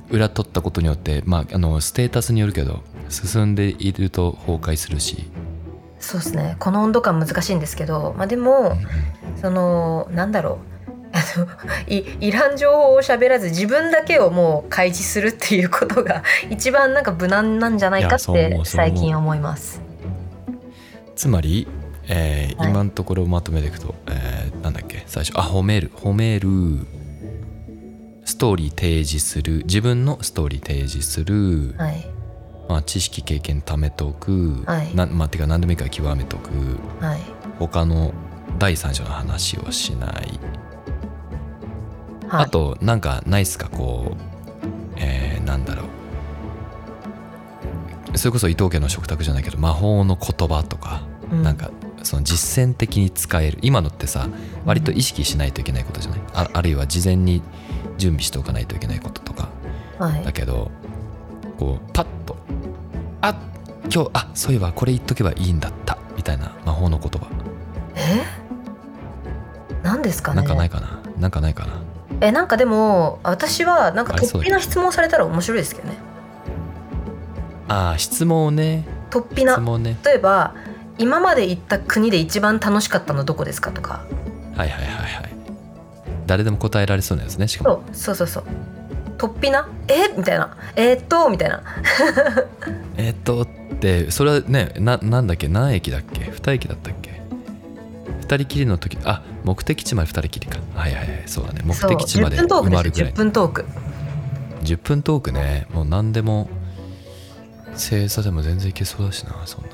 [SPEAKER 1] 裏取ったことによってまああのステータスによるけど進んでいると崩壊するし、
[SPEAKER 3] そうですねこの温度感難しいんですけど、まあ、でも
[SPEAKER 1] うんうん
[SPEAKER 3] そのなんだろうあの いいらん情報を喋らず自分だけをもう開示するっていうことが 一番なんか無難なんじゃない
[SPEAKER 1] い
[SPEAKER 3] か
[SPEAKER 1] や
[SPEAKER 3] っ
[SPEAKER 1] そう思
[SPEAKER 3] て
[SPEAKER 1] うそう思う
[SPEAKER 3] 最近思います。
[SPEAKER 1] つまり、えー
[SPEAKER 3] はい
[SPEAKER 1] 今のところまとめていくと、えーなんだっけ最初あ褒める褒めるストーリー提示する自分のストーリー提示する、
[SPEAKER 3] はい
[SPEAKER 1] まあ、知識経験貯めとく、
[SPEAKER 3] はい
[SPEAKER 1] なまあ、てか何でもいいから極めとく
[SPEAKER 3] はい
[SPEAKER 1] 他の第三者の話をしない、
[SPEAKER 3] はい、
[SPEAKER 1] あとなんかないっすかこう、えーなんだろうそれこそ伊藤家の食卓じゃないけど魔法の言葉とか
[SPEAKER 3] う
[SPEAKER 1] なんかその実践的に使える今のってさ割と意識しないといけないことじゃないああるいは事前に準備しておかないといけないこととか
[SPEAKER 3] は
[SPEAKER 1] だ
[SPEAKER 3] い、
[SPEAKER 1] けどこうパッと「あ今日あそういえばこれ言っとけばいいんだった」みたいな魔法の言葉
[SPEAKER 3] え何ですかね
[SPEAKER 1] なんかないかななんかないかな
[SPEAKER 3] えなんかでも私はなんか
[SPEAKER 1] ありそ
[SPEAKER 3] 突飛
[SPEAKER 1] うだけど
[SPEAKER 3] な質問されたら面白いですけどね
[SPEAKER 1] あー質問ね
[SPEAKER 3] 突飛
[SPEAKER 1] 質
[SPEAKER 3] な
[SPEAKER 1] 問ね
[SPEAKER 3] 例えば今まで行った国で一番楽しかったのどこですかとか
[SPEAKER 1] はいはいはいはい誰でも答えられそうなやつねしかも
[SPEAKER 3] そうそうそうそう突飛なえみたいなえーっとみたいな
[SPEAKER 1] えーっとってそれはねななんだっけ何駅だっけ2駅だったっけ2人きりの時あ目的地まで2人きりかはいはいはいそうだね目
[SPEAKER 3] そう
[SPEAKER 1] 的地まで
[SPEAKER 3] 10分トー
[SPEAKER 1] 埋
[SPEAKER 3] ク
[SPEAKER 1] ま
[SPEAKER 3] で
[SPEAKER 1] る
[SPEAKER 3] す
[SPEAKER 1] ぐ
[SPEAKER 3] よ
[SPEAKER 1] らい
[SPEAKER 3] 10分トーク
[SPEAKER 1] 10分トークねもう何でも正座でも全然いけそうだしなそんな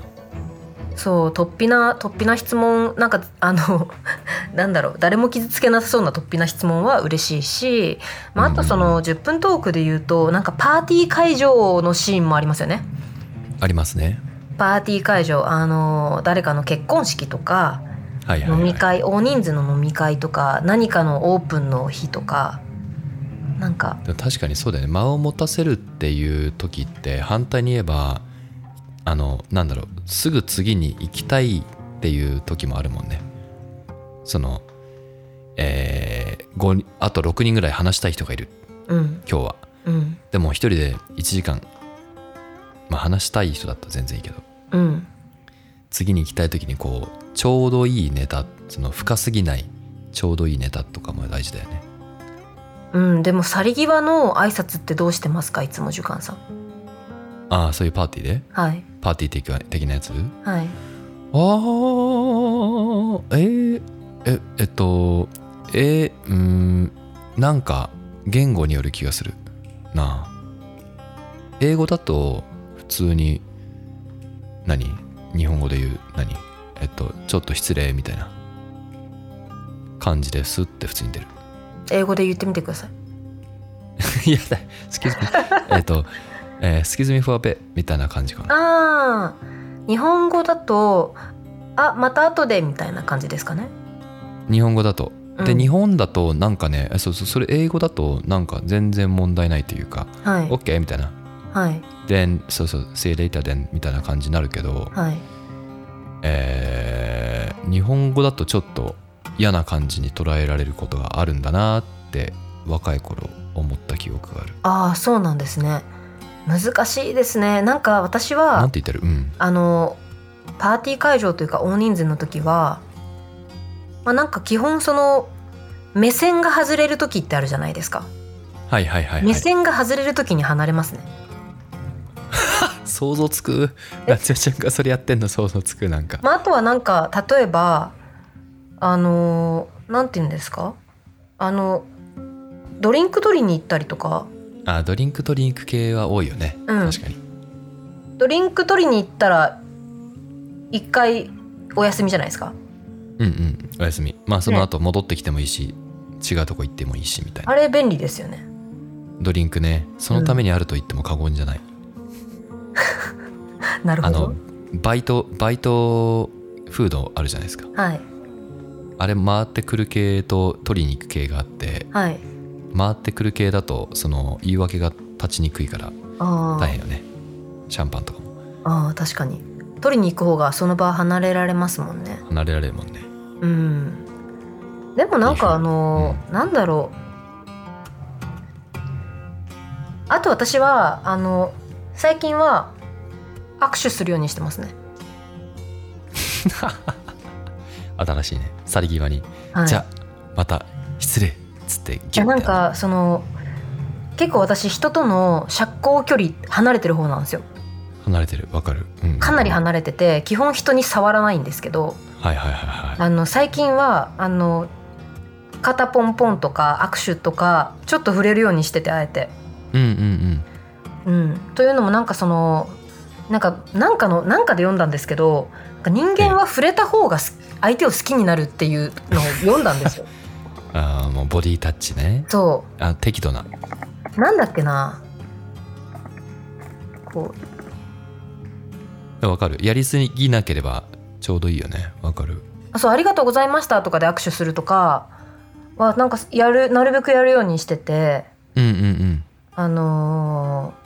[SPEAKER 3] そう突飛な突飛な質問なんかあの なんだろう誰も傷つけなさそうな突飛な質問は嬉しいし、まあ、あとその10分トークで言うとなんかパーティー会場のシーンもありますよね
[SPEAKER 1] ありますね
[SPEAKER 3] パーティー会場あの誰かの結婚式とか
[SPEAKER 1] はいはい、はい、
[SPEAKER 3] 飲み会大人数の飲み会とか何かのオープンの日とかなんか
[SPEAKER 1] でも確かにそうだよね間を持たせるっていう時って反対に言えばあのなんだろうすぐ次に行きたいっていう時もあるもんねそのえー、5人あと6人ぐらい話したい人がいる
[SPEAKER 3] うん
[SPEAKER 1] 今日は
[SPEAKER 3] うん
[SPEAKER 1] でも1人で1時間まあ話したい人だったら全然いいけど
[SPEAKER 3] うん
[SPEAKER 1] 次に行きたい時にこうちょうどいいネタその深すぎないちょうどいいネタとかも大事だよね
[SPEAKER 3] うんでも去り際の挨拶ってどうしてますかいつも寿貫さん
[SPEAKER 1] ああそういうパーティーで
[SPEAKER 3] はい
[SPEAKER 1] パーティー的な的なやつ
[SPEAKER 3] はい
[SPEAKER 1] あーえー、ええっとえー、うーんなんか言語による気がするなあ英語だと普通に何日本語で言う何えっとちょっと失礼みたいな感じですって普通に出る
[SPEAKER 3] 英語で言ってみてください
[SPEAKER 1] いやだ excuse me えっと、えー、excuse me for a bit みたいな感じかな
[SPEAKER 3] あー日本語だとあまた後でみたいな感じですかね
[SPEAKER 1] 日本語だとで、
[SPEAKER 3] うん
[SPEAKER 1] 日本だとなんかねえそうそうそれ英語だとなんか全然問題ないというか
[SPEAKER 3] はい
[SPEAKER 1] OK みたいな
[SPEAKER 3] はい
[SPEAKER 1] 「then そうそう see you later then」みたいな感じになるけど、
[SPEAKER 3] はい
[SPEAKER 1] えー日本語だとちょっと嫌な感じに捉えられることがあるんだなって若い頃思った記憶がある
[SPEAKER 3] ああそうなんですね難しいですねなんか私は
[SPEAKER 1] なんて言ってるうん
[SPEAKER 3] あのパーティー会場というか大人数の時は、まあ、なんか基本その目線が外れる時ってあるじゃないですか、
[SPEAKER 1] はいはいはいはい
[SPEAKER 3] 目線が外れる時に離れますね
[SPEAKER 1] 想像つく夏代ちゃんがそれやってんの想像つくなんか、
[SPEAKER 3] まあ、あとはなんか例えばあのーなんて言うんですかあのドリンク取りに行ったりとか
[SPEAKER 1] あドリンクドリンク系は多いよね、
[SPEAKER 3] うん
[SPEAKER 1] 確かに
[SPEAKER 3] ドリンク取りに行ったら一回お休みじゃないですか
[SPEAKER 1] うんうんおやすみまあその後戻ってきてもいいし、違うとこ行ってもいいしみたいな
[SPEAKER 3] あれ便利ですよね
[SPEAKER 1] ドリンクねそのためにあると言っても過言じゃない、
[SPEAKER 3] なる
[SPEAKER 1] あ
[SPEAKER 3] ほ
[SPEAKER 1] の
[SPEAKER 3] ど
[SPEAKER 1] バイトバイトフードあるじゃないですか
[SPEAKER 3] はい
[SPEAKER 1] あれ回ってくる系と取りに行く系があって
[SPEAKER 3] はい
[SPEAKER 1] 回ってくる系だとその言い訳が立ちにくいから
[SPEAKER 3] あー
[SPEAKER 1] 大変よねシャンパンとかも
[SPEAKER 3] あー確かに取りに行く方がその場離れられますもんね
[SPEAKER 1] 離れられるもんね
[SPEAKER 3] うんでもなんかあのーなんだろうあと私はあの最近は握手するようにしてますね、
[SPEAKER 1] 新しいね去り際に、
[SPEAKER 3] はい、
[SPEAKER 1] じゃあまた失礼っつって
[SPEAKER 3] い
[SPEAKER 1] ギュ
[SPEAKER 3] や
[SPEAKER 1] ッて
[SPEAKER 3] なんかその結構私人との社交距離離れてる方なんですよ
[SPEAKER 1] 離れてるわかる、うん
[SPEAKER 3] かなり離れてて基本人に触らないんですけど
[SPEAKER 1] はいはいはいはい
[SPEAKER 3] あの最近はあの肩ポンポンとか握手とかちょっと触れるようにしててあえて。
[SPEAKER 1] うんうんうん
[SPEAKER 3] うん、というのもなんかそのなんかなんかのなんかで読んだんですけどなんか人間は触れた方がす相手を好きになるっていうのを読んだんですよ。
[SPEAKER 1] あーもうボディタッチね
[SPEAKER 3] そ
[SPEAKER 1] あ適度な
[SPEAKER 3] うなんだっけなこう
[SPEAKER 1] わかるやりすぎなければちょうどいいよねわかる
[SPEAKER 3] あそう「ありがとうございました」とかで握手するとかはなんかやるなるべくやるようにしてて
[SPEAKER 1] うんうんうん
[SPEAKER 3] あのー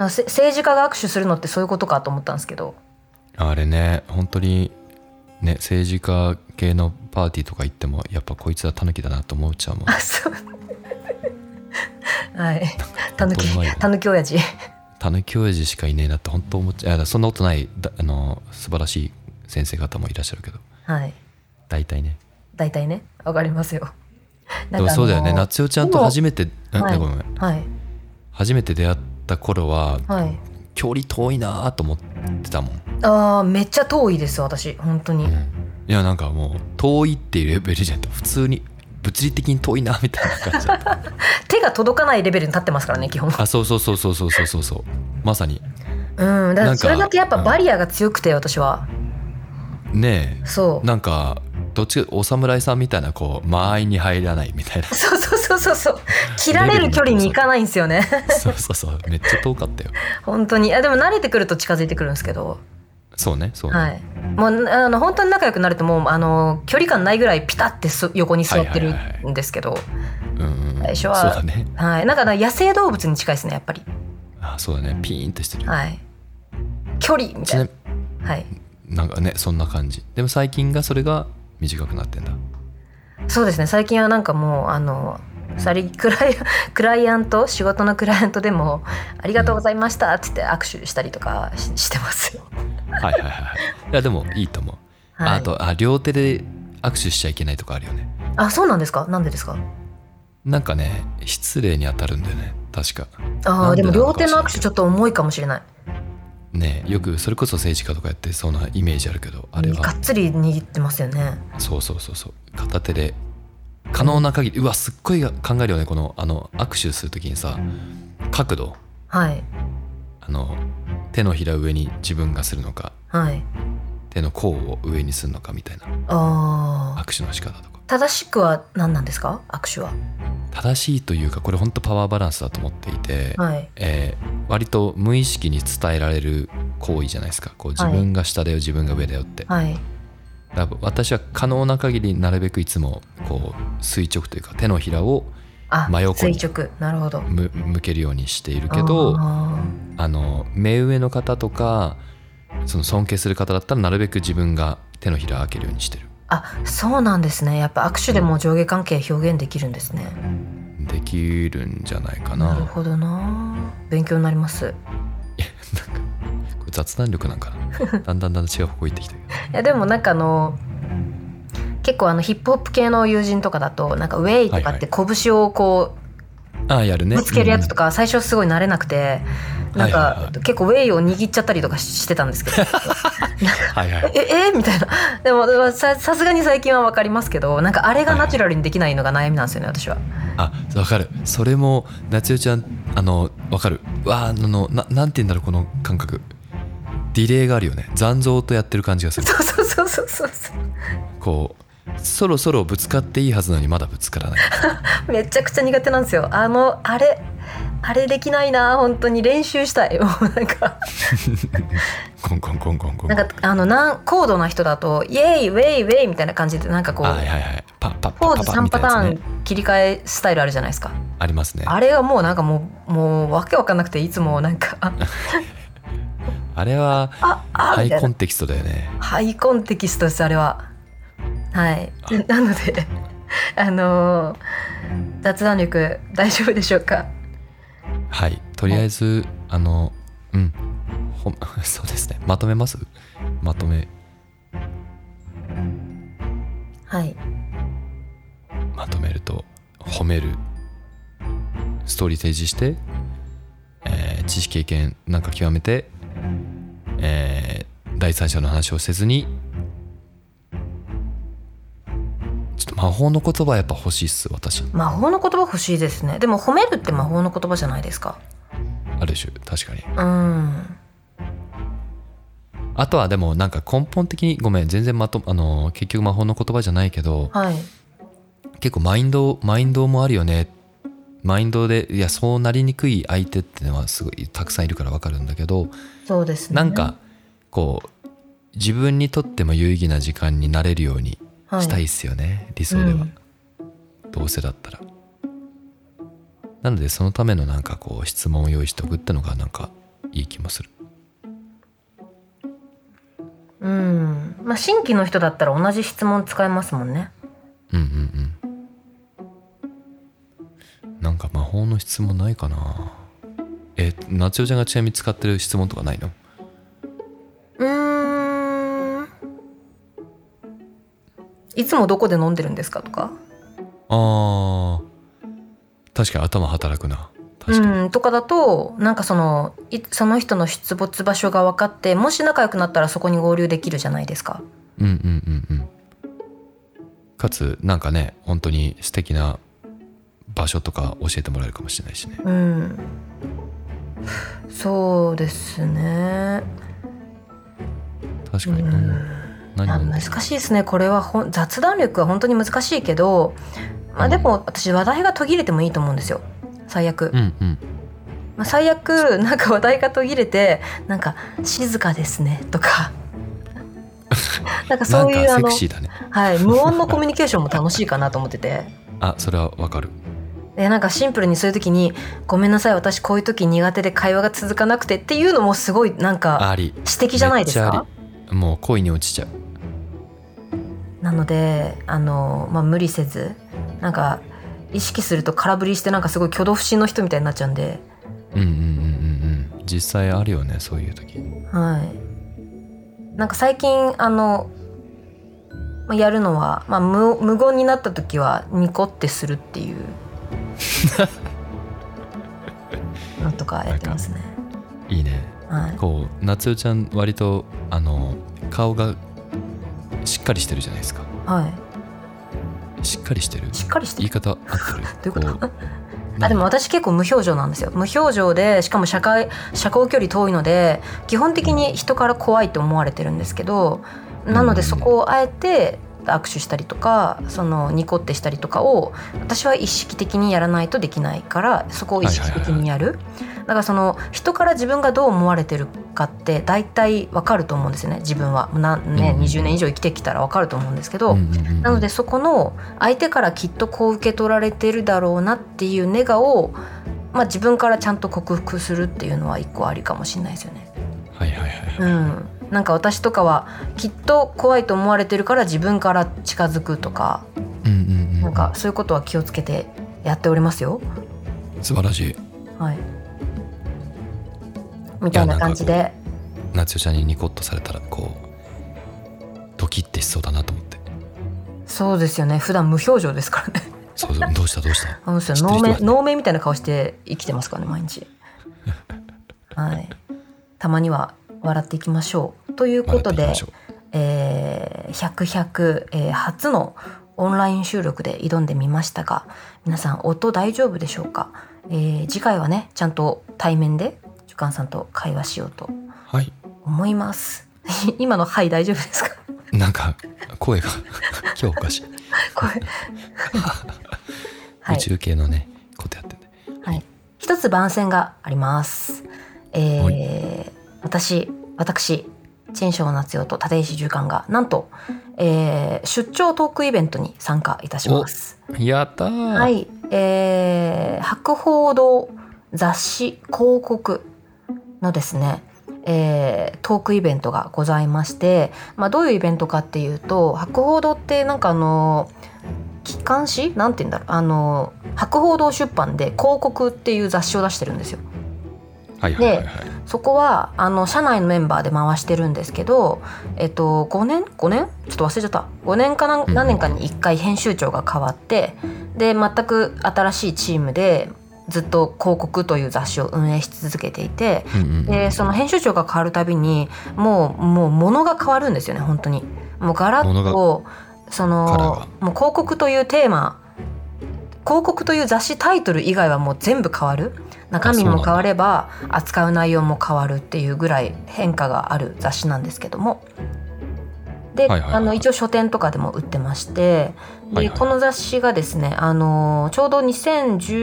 [SPEAKER 3] なんかせ政治家が握手するのってそういうことかと思ったんですけど
[SPEAKER 1] あれね本当にね政治家系のパーティーとか行ってもやっぱこいつはタヌキだなと思っちゃうもん
[SPEAKER 3] あそうはいたぬ
[SPEAKER 1] 本当にうまいよ
[SPEAKER 3] き
[SPEAKER 1] ね
[SPEAKER 3] たぬき親父
[SPEAKER 1] タヌキ親父しかいねえなって本当思っちゃういやそんなことないだあの素晴らしい先生方もいらっしゃるけど
[SPEAKER 3] はい
[SPEAKER 1] 大体ね
[SPEAKER 3] 大体ねわかりますよ。
[SPEAKER 1] でもそうだよね
[SPEAKER 3] なんか
[SPEAKER 1] 夏代ちゃんと
[SPEAKER 3] でも
[SPEAKER 1] 初めてあ
[SPEAKER 3] はい
[SPEAKER 1] ごめんごめん
[SPEAKER 3] あのはい
[SPEAKER 1] 初めて出会った頃は
[SPEAKER 3] はい。
[SPEAKER 1] 距離遠いなーと思ってたもん、
[SPEAKER 3] ああめっちゃ遠いです私本当に。
[SPEAKER 1] うん、いやなんかもう遠いっていうレベルじゃなくて普通に物理的に遠いなみたいな感じだった
[SPEAKER 3] 手が届かないレベルに立ってますからね基本。
[SPEAKER 1] あそうそうそうそうそうそうそうそうまさに
[SPEAKER 3] うんだか
[SPEAKER 1] なんから
[SPEAKER 3] それだけやっぱバリアが強くて私は。
[SPEAKER 1] ねえ
[SPEAKER 3] そう。
[SPEAKER 1] なんかどっちかお侍さんみたいなこう間合いに入らないみたいな
[SPEAKER 3] そうそうそうそうそう切られる距離に行かないんですよね
[SPEAKER 1] そうそうそうめっちゃ遠かったよ
[SPEAKER 3] 本当にあでも慣れてくると近づいてくるんですけど、
[SPEAKER 1] そうねそうね、
[SPEAKER 3] はい、もうあの本当に仲良くなるともうあの距離感ないぐらいピタってす横に座ってるんですけど、はい
[SPEAKER 1] うんうんうん
[SPEAKER 3] 最初は
[SPEAKER 1] そうだね
[SPEAKER 3] なんかだから野生動物に近いですねやっぱり、
[SPEAKER 1] あそうだねピーンとしてる、
[SPEAKER 3] はい、距離み
[SPEAKER 1] ち
[SPEAKER 3] たい
[SPEAKER 1] な
[SPEAKER 3] なはい、
[SPEAKER 1] なんかねそんな感じでも最近がそれが短くなってんだ
[SPEAKER 3] そうですね最近はなんかもうあのさりクライ クライアント仕事のクライアントでも「ありがとうございました」っつって握手したりとかししてますよ。
[SPEAKER 1] はいはいはいはいいやでもいいと思う、
[SPEAKER 3] はい、
[SPEAKER 1] あとあ両手で握手しちゃいけないとかあるよね
[SPEAKER 3] あそうなんですかなんでですか
[SPEAKER 1] なんかね失礼に当たるんだよね確か
[SPEAKER 3] あ
[SPEAKER 1] な
[SPEAKER 3] あ
[SPEAKER 1] んで
[SPEAKER 3] で
[SPEAKER 1] な
[SPEAKER 3] も
[SPEAKER 1] のか
[SPEAKER 3] 両手の
[SPEAKER 1] も
[SPEAKER 3] 握
[SPEAKER 1] しれないけ
[SPEAKER 3] 手
[SPEAKER 1] ど
[SPEAKER 3] ちょっと重いかもしれない
[SPEAKER 1] ねよくそれこそ政治家とかやってそうなイメージあるけどあれ
[SPEAKER 3] が
[SPEAKER 1] は
[SPEAKER 3] っつり握ってますよね
[SPEAKER 1] そうそうそうそう片手で可能な限りうわすっごい考えるよねこのあの握手するときにさ角度
[SPEAKER 3] はい
[SPEAKER 1] あの手のひら上に自分がするのか
[SPEAKER 3] はい
[SPEAKER 1] 手の甲を上にするのかみたいな
[SPEAKER 3] ああ
[SPEAKER 1] 握手の仕方とか
[SPEAKER 3] 正しくは何なんですか握手は
[SPEAKER 1] 正しいというかこれ本当パワーバランスだと思っていて、
[SPEAKER 3] はい
[SPEAKER 1] えー割と無意識に伝えられる行為じゃないですかこう自
[SPEAKER 3] はい
[SPEAKER 1] 分が下だよ自分が上だよって、
[SPEAKER 3] はい
[SPEAKER 1] だから私は可能な限りなるべくいつもこう垂直というか手のひらを
[SPEAKER 3] あ
[SPEAKER 1] 真横に
[SPEAKER 3] 垂直なるほど
[SPEAKER 1] む向けるようにしているけど
[SPEAKER 3] あ
[SPEAKER 1] あの目上の方とかその尊敬する方だったらなるべく自分が手のひらを開けるようにしてる
[SPEAKER 3] ーあそうなんですねやっぱ握手でも上下関係表現できるんですね、
[SPEAKER 1] できるんじゃないか
[SPEAKER 3] なる
[SPEAKER 1] な
[SPEAKER 3] ほどな勉強になります
[SPEAKER 1] これ雑談力なんか なだんだんだんだん違う方向行ってきたけど
[SPEAKER 3] いやでもなんかあの結構あのヒップホップ系の友人とかだとなんかウェイとかって拳をこう、
[SPEAKER 1] ああやるね
[SPEAKER 3] ぶつけるやつとか最初すごい慣れなくてなん
[SPEAKER 1] はいはいは
[SPEAKER 3] か
[SPEAKER 1] い
[SPEAKER 3] 結構ウェイを握っちゃったりとかしてたんですけど
[SPEAKER 1] か、はいはい、
[SPEAKER 3] ええみたいな でもささすがに最近は分かりますけどなんかあれがナチュラルにできないのが悩みなんですよね私は
[SPEAKER 1] あわかるそれも夏代ちゃんあのわかるわああのななんて言うんだろうこの感覚ディレイがあるよね残像とやってる感じがする
[SPEAKER 3] そうそうそうそうそうそう
[SPEAKER 1] こうそろそろぶつかっていいはずなのにまだぶつ からない
[SPEAKER 3] めちゃくちゃ苦手なんですよあのあれあれできないな本当に練習したい もうなんか
[SPEAKER 1] コンコンコンコンコン
[SPEAKER 3] なんかあのなん高度な人だとイエイウェイウェイみたいな感じでなんかこう、
[SPEAKER 1] はいはいはいパッパッ
[SPEAKER 3] ポ
[SPEAKER 1] パッ
[SPEAKER 3] ー
[SPEAKER 1] パ
[SPEAKER 3] ズ
[SPEAKER 1] ッパ
[SPEAKER 3] 3
[SPEAKER 1] みた
[SPEAKER 3] パ
[SPEAKER 1] い
[SPEAKER 3] タ
[SPEAKER 1] なやつ
[SPEAKER 3] ー
[SPEAKER 1] ね
[SPEAKER 3] ン切り替えスタイルあるじゃないですか
[SPEAKER 1] ありますね
[SPEAKER 3] あれがもうなんかもうもうわけわかんなくていつもなんか
[SPEAKER 1] あれは
[SPEAKER 3] ああ
[SPEAKER 1] ハ
[SPEAKER 3] み
[SPEAKER 1] イ
[SPEAKER 3] たい
[SPEAKER 1] コ
[SPEAKER 3] な
[SPEAKER 1] ンテキストだよね
[SPEAKER 3] ハイコンテキストですあれははいでなので あのー雑談力大丈夫でしょうか
[SPEAKER 1] はいとりあえずあのうんほん そうですねまとめますまとめ
[SPEAKER 3] はい
[SPEAKER 1] まとめると褒めるストーリー提示して、えー知識経験なんか極めて、えー第三者の話をせずにちょっと魔法の言葉やっぱ欲しいっす私
[SPEAKER 3] 魔法の言葉欲しいですねでも褒めるって魔法の言葉じゃないですか
[SPEAKER 1] ある種確かに
[SPEAKER 3] うん
[SPEAKER 1] あとはでもなんか根本的にごめん全然まとあのー結局魔法の言葉じゃないけど
[SPEAKER 3] はい
[SPEAKER 1] 結構マインドマインドもあるよねマインドでいやそうなりにくい相手ってのはすごいたくさんいるからわかるんだけど、
[SPEAKER 3] そうですね
[SPEAKER 1] なんかこう自分にとっても有意義な時間になれるようにしたいっすよね、理想では、どうせだったらなのでそのためのなんかこう質問を用意しておくってのがなんかいい気もする
[SPEAKER 3] うんまあ新規の人だったら同じ質問使えますもんね
[SPEAKER 1] うんうんうんなんか魔法の質問ないかなえ夏代ちゃんがちなみに使ってる質問とかないの
[SPEAKER 3] うーんいつもどこで飲んでるんですかとか
[SPEAKER 1] あー確かに頭働くな確かに、
[SPEAKER 3] うん、とかだとなんかそのいその人の出没場所が分かってもし仲良くなったらそこに合流できるじゃないですか。
[SPEAKER 1] うんうんうんうんかつなんかね本当に素敵な場所とか教えてもらえるかもしれないしね
[SPEAKER 3] うん、そうですね、
[SPEAKER 1] 確
[SPEAKER 3] う
[SPEAKER 1] かに、うん
[SPEAKER 3] ん、まあ
[SPEAKER 1] 何
[SPEAKER 3] 難しいですねこれはほん雑談力は本当に難しいけど、まあ、でも私話題が途切れてもいいと思うんですよ最悪。
[SPEAKER 1] うんうん
[SPEAKER 3] まあ、最悪なんか話題が途切れてなんか「静かですね」と かなんか
[SPEAKER 1] な
[SPEAKER 3] そう
[SPEAKER 1] ん
[SPEAKER 3] いう
[SPEAKER 1] か
[SPEAKER 3] あ
[SPEAKER 1] セ
[SPEAKER 3] の
[SPEAKER 1] ク、シーだね
[SPEAKER 3] はい、無音のコミュニケーションも楽しいかなと思ってて。
[SPEAKER 1] あそれはわかる
[SPEAKER 3] でなんかシンプルにそういう時に「ごめんなさい私こういう時苦手で会話が続かなくて」っていうのもすごいなんか
[SPEAKER 1] あり
[SPEAKER 3] 指摘じゃないです
[SPEAKER 1] めっち
[SPEAKER 3] か
[SPEAKER 1] ゃありもう恋に落ちちゃう
[SPEAKER 3] なのであの、まあ、無理せずなんか意識すると空振りしてなんかすごい挙動不審の人みたいになっちゃうんで、
[SPEAKER 1] うんうんうんうんうん実際あるよねそういう時
[SPEAKER 3] はい、なんか最近あのまあやるのは、まあ、無無言になった時はニコってするっていうのとかやってますね。
[SPEAKER 1] いいね
[SPEAKER 3] はい、
[SPEAKER 1] こう夏代ちゃん割とあの顔がしっかりしてるじゃないですか
[SPEAKER 3] は
[SPEAKER 1] しっかりしてる
[SPEAKER 3] い、しっかりして
[SPEAKER 1] 言い方合ってる
[SPEAKER 3] どういうこと
[SPEAKER 1] こう
[SPEAKER 3] あでも私結構無表情なんですよ無表情でしかも社会社交距離遠いので基本的に人から怖いと思われてるんですけどなので
[SPEAKER 1] うん
[SPEAKER 3] そこをあえて握手したりとかそのニコってしたりとかを私は意識的にやらないとできないからそこを意識的にやる、だからその人から自分がどう思われてるかって大体わかると思うんですよね自分はな、ね
[SPEAKER 1] うん
[SPEAKER 3] 20年以上生きてきたらわかると思うんですけど、
[SPEAKER 1] うんうんうんうん
[SPEAKER 3] なのでそこの相手からきっとこう受け取られてるだろうなっていうネガを、まあ、自分からちゃんと克服するっていうのは一個ありかもしれないですよね。
[SPEAKER 1] はいはいはい
[SPEAKER 3] うん、なんか私とかはきっと怖いと思われてるから自分から近づくとか
[SPEAKER 1] うんうんうん
[SPEAKER 3] なんかそういうことは気をつけてやっておりますよ。
[SPEAKER 1] 素晴らしい
[SPEAKER 3] はい、みたいな感じ
[SPEAKER 1] い
[SPEAKER 3] で
[SPEAKER 1] 夏代ちゃんにニコッとされたらこうドキッてしそうだなと思って
[SPEAKER 3] そうですよね普段無表情ですからね。
[SPEAKER 1] そうそうどうしたどうした
[SPEAKER 3] あの人
[SPEAKER 1] 知ってる
[SPEAKER 3] 能
[SPEAKER 1] 人は
[SPEAKER 3] 面
[SPEAKER 1] ね
[SPEAKER 3] 能面みたいな顔して生きてますからね毎 日はいたまには笑っていきましょうという
[SPEAKER 1] 笑
[SPEAKER 3] こ
[SPEAKER 1] っ
[SPEAKER 3] と
[SPEAKER 1] ていき
[SPEAKER 3] で
[SPEAKER 1] ましょう
[SPEAKER 3] えー、100、えー初のオンライン収録で挑んでみましたが皆さん音大丈夫でしょうか、えー次回はねちゃんと対面で主幹さんと会話しようと
[SPEAKER 1] はい
[SPEAKER 3] 思います 今の「はい大丈夫ですか?
[SPEAKER 1] なんか声が 今日おかしい、」
[SPEAKER 3] こ れは
[SPEAKER 1] 宇
[SPEAKER 3] い、
[SPEAKER 1] 宙系のねことやってて
[SPEAKER 3] はい、一つ番宣がありますえー
[SPEAKER 1] は
[SPEAKER 3] 私私チェンショー夏代と立石従官がなんと、えー出張トークイベントに参加いたします
[SPEAKER 1] やったー、
[SPEAKER 3] はい、えー博報堂雑誌広告のですね、えートークイベントがございまして、まあ、どういうイベントかっていうと博報堂ってなんかあの機関誌なんて言うんだろうあの博報堂出版で広告っていう雑誌を出してるんですよ。
[SPEAKER 1] はいはいはいはい
[SPEAKER 3] そこはあの社内のメンバーで回してるんですけど、えっと、5年5年ちょっと忘れちゃった5年かなん
[SPEAKER 1] うん
[SPEAKER 3] 何年かに1回編集長が変わってで全く新しいチームでずっと「広告」という雑誌を運営し続けていて
[SPEAKER 1] うんうんうん
[SPEAKER 3] でその編集長が変わるたびにもうもう物が変わるんですよね本当に。もうガラッとそ
[SPEAKER 1] カラー
[SPEAKER 3] の
[SPEAKER 1] が
[SPEAKER 3] もう広告というテーマ広告という雑誌タイトル以外はもう全部変わる中身
[SPEAKER 1] あそうなん
[SPEAKER 3] も
[SPEAKER 1] だ
[SPEAKER 3] 変われば扱う内容も変わるっていうぐらい変化がある雑誌なんですけどもで、
[SPEAKER 1] はいはいはい
[SPEAKER 3] あの一応書店とかでも売ってましてで、
[SPEAKER 1] はいはい
[SPEAKER 3] この雑誌がですねあのちょうど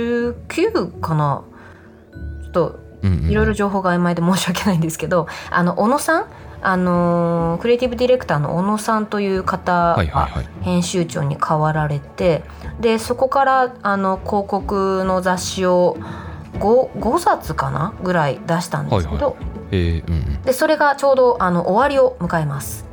[SPEAKER 3] 2019かなちょっと
[SPEAKER 1] うんうんうん
[SPEAKER 3] いろいろ情報が曖昧で申し訳ないんですけど、あの小野さん、あのークリエイティブディレクターの小野さんという方
[SPEAKER 1] はいはい
[SPEAKER 3] が
[SPEAKER 1] はい
[SPEAKER 3] 編集長に変わられて、でそこからあの広告の雑誌を 5, 5冊かなぐらい出したんですけど、
[SPEAKER 1] はえー、うんうん
[SPEAKER 3] でそれがちょうどあの終わりを迎えます。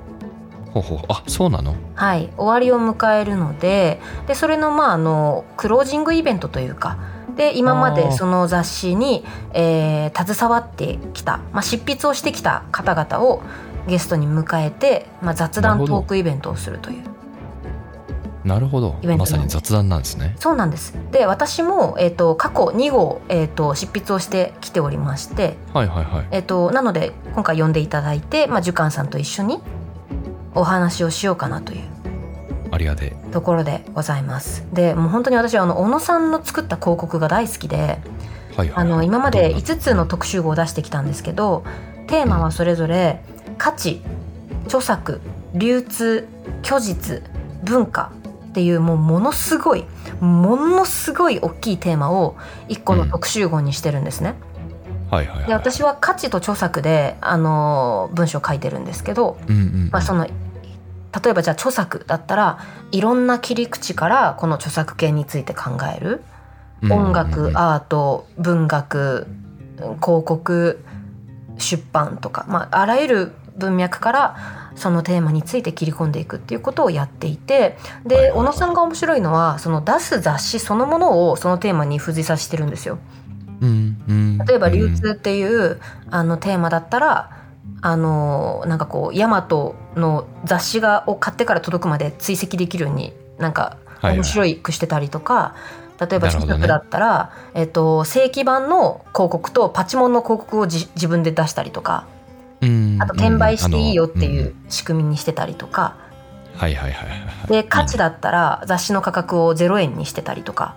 [SPEAKER 1] ほうほうあそうなの
[SPEAKER 3] はい、終わりを迎えるのででそれの,、まあ、あのクロージングイベントというかで今ま
[SPEAKER 1] あ
[SPEAKER 3] で
[SPEAKER 1] ー
[SPEAKER 3] その雑誌に、えー携わってきた、まあ、執筆をしてきた方々をゲストに迎えて、まあ、雑
[SPEAKER 1] なる
[SPEAKER 3] 談
[SPEAKER 1] ほど
[SPEAKER 3] トークイベントをするという
[SPEAKER 1] なるほど
[SPEAKER 3] イベントなん
[SPEAKER 1] ま
[SPEAKER 3] です
[SPEAKER 1] さに雑談なんですね
[SPEAKER 3] そうなんですで私も、えー、と過去2号、えー、と執筆をしてきておりまして、
[SPEAKER 1] はいはいはい
[SPEAKER 3] えー、となので今回呼んでいただいて、まあ、寿貫さんと一緒にお話をしようかなという
[SPEAKER 1] ありがて
[SPEAKER 3] ところでございますでもう本当に私はあの小野さんの作った広告が大好きで
[SPEAKER 1] えはいはい
[SPEAKER 3] あの今ま
[SPEAKER 1] どん
[SPEAKER 3] で
[SPEAKER 1] な
[SPEAKER 3] 5つの特集号を出してきたんですけどテーマはそれぞれ価値著作流通虚実文化っていうもうものすごいものすごい大きいテーマを1個の特集号にしてるんですね。
[SPEAKER 1] はいはいはい
[SPEAKER 3] で私は価値と著作であの文章を書いてるんですけど、
[SPEAKER 1] うんうんうん
[SPEAKER 3] まあ、その例えばじゃあ著作だったらいろんな切り口からこの著作権について考える
[SPEAKER 1] うんうんうん
[SPEAKER 3] 音楽アート文学広告出版とか、まあ、あらゆる文脈からそのテーマについて切り込んでいくっていうことをやっていて
[SPEAKER 1] はいはい
[SPEAKER 3] で
[SPEAKER 1] はい
[SPEAKER 3] 小野さんが面白いのはその出す雑誌そのものをそのテーマに付随させてるんですよ。
[SPEAKER 1] うんうん
[SPEAKER 3] 例えば流通っていうあのテーマだったらあのなんかこうヤマトの雑誌がを買ってから届くまで追跡できるようになんか
[SPEAKER 1] はいはい
[SPEAKER 3] 面白いくしてたりとか、例えば
[SPEAKER 1] なる
[SPEAKER 3] 著
[SPEAKER 1] ほどね
[SPEAKER 3] 作だったら、えっと正規版の広告とパチモンの広告をじ自分で出したりとか
[SPEAKER 1] うん
[SPEAKER 3] あと転売していいよってい
[SPEAKER 1] ん
[SPEAKER 3] う仕組みにしてたりとか、
[SPEAKER 1] んはいはいはいは
[SPEAKER 3] で価値だったら雑誌の価格を0円にしてたりとか。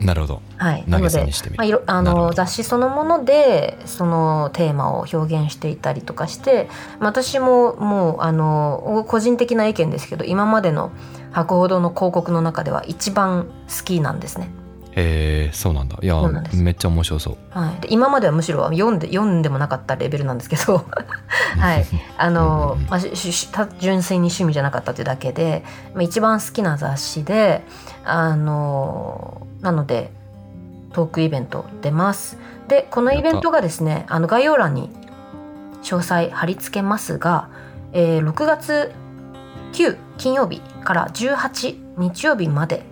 [SPEAKER 1] いなるほど
[SPEAKER 3] はい、
[SPEAKER 1] 投げ
[SPEAKER 3] なの
[SPEAKER 1] 銭
[SPEAKER 3] で
[SPEAKER 1] にしてみ
[SPEAKER 3] まあ、
[SPEAKER 1] る
[SPEAKER 3] いろあ
[SPEAKER 1] なるほど
[SPEAKER 3] の雑誌そのものでそのテーマを表現していたりとかして、まあ、私ももうあの個人的な意見ですけど今までの博報堂の広告の中では一番好きなんですね。
[SPEAKER 1] へえそうなんだいや
[SPEAKER 3] そうなんです
[SPEAKER 1] めっちゃ面白そう
[SPEAKER 3] はい、で今まではむしろ読んで読んでもなかったレベルなんですけ ど、はい、あの、まあ、しした純粋に趣味じゃなかったというだけで、まあ、一番好きな雑誌であのなのでトークイベント出ますでこのイベントがですねあの概要欄に詳細貼り付けますが、えー6月9金曜日から18日曜日まで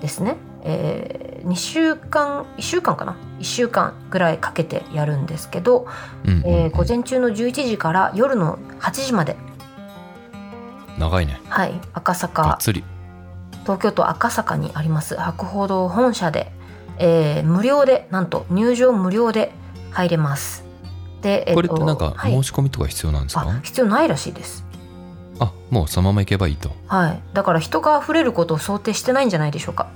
[SPEAKER 3] ですね、え2週間1週間かな1週間ぐらいかけてやるんですけど、
[SPEAKER 1] うんうん
[SPEAKER 3] えー午前中の11時から夜の8時まで、
[SPEAKER 1] 長いね
[SPEAKER 3] はい、赤
[SPEAKER 1] がっ
[SPEAKER 3] 坂
[SPEAKER 1] つり
[SPEAKER 3] 東京都赤坂にあります博報堂本社で、えー無料でなんと入場無料で入れますで、えっ
[SPEAKER 1] ことれってなんか
[SPEAKER 3] はい
[SPEAKER 1] 申し込みとか必要なんですか、
[SPEAKER 3] あ必要ないらしいです
[SPEAKER 1] あもうそのまま行けばいいと
[SPEAKER 3] はいだから人が溢れることを想定してないんじゃないでしょうか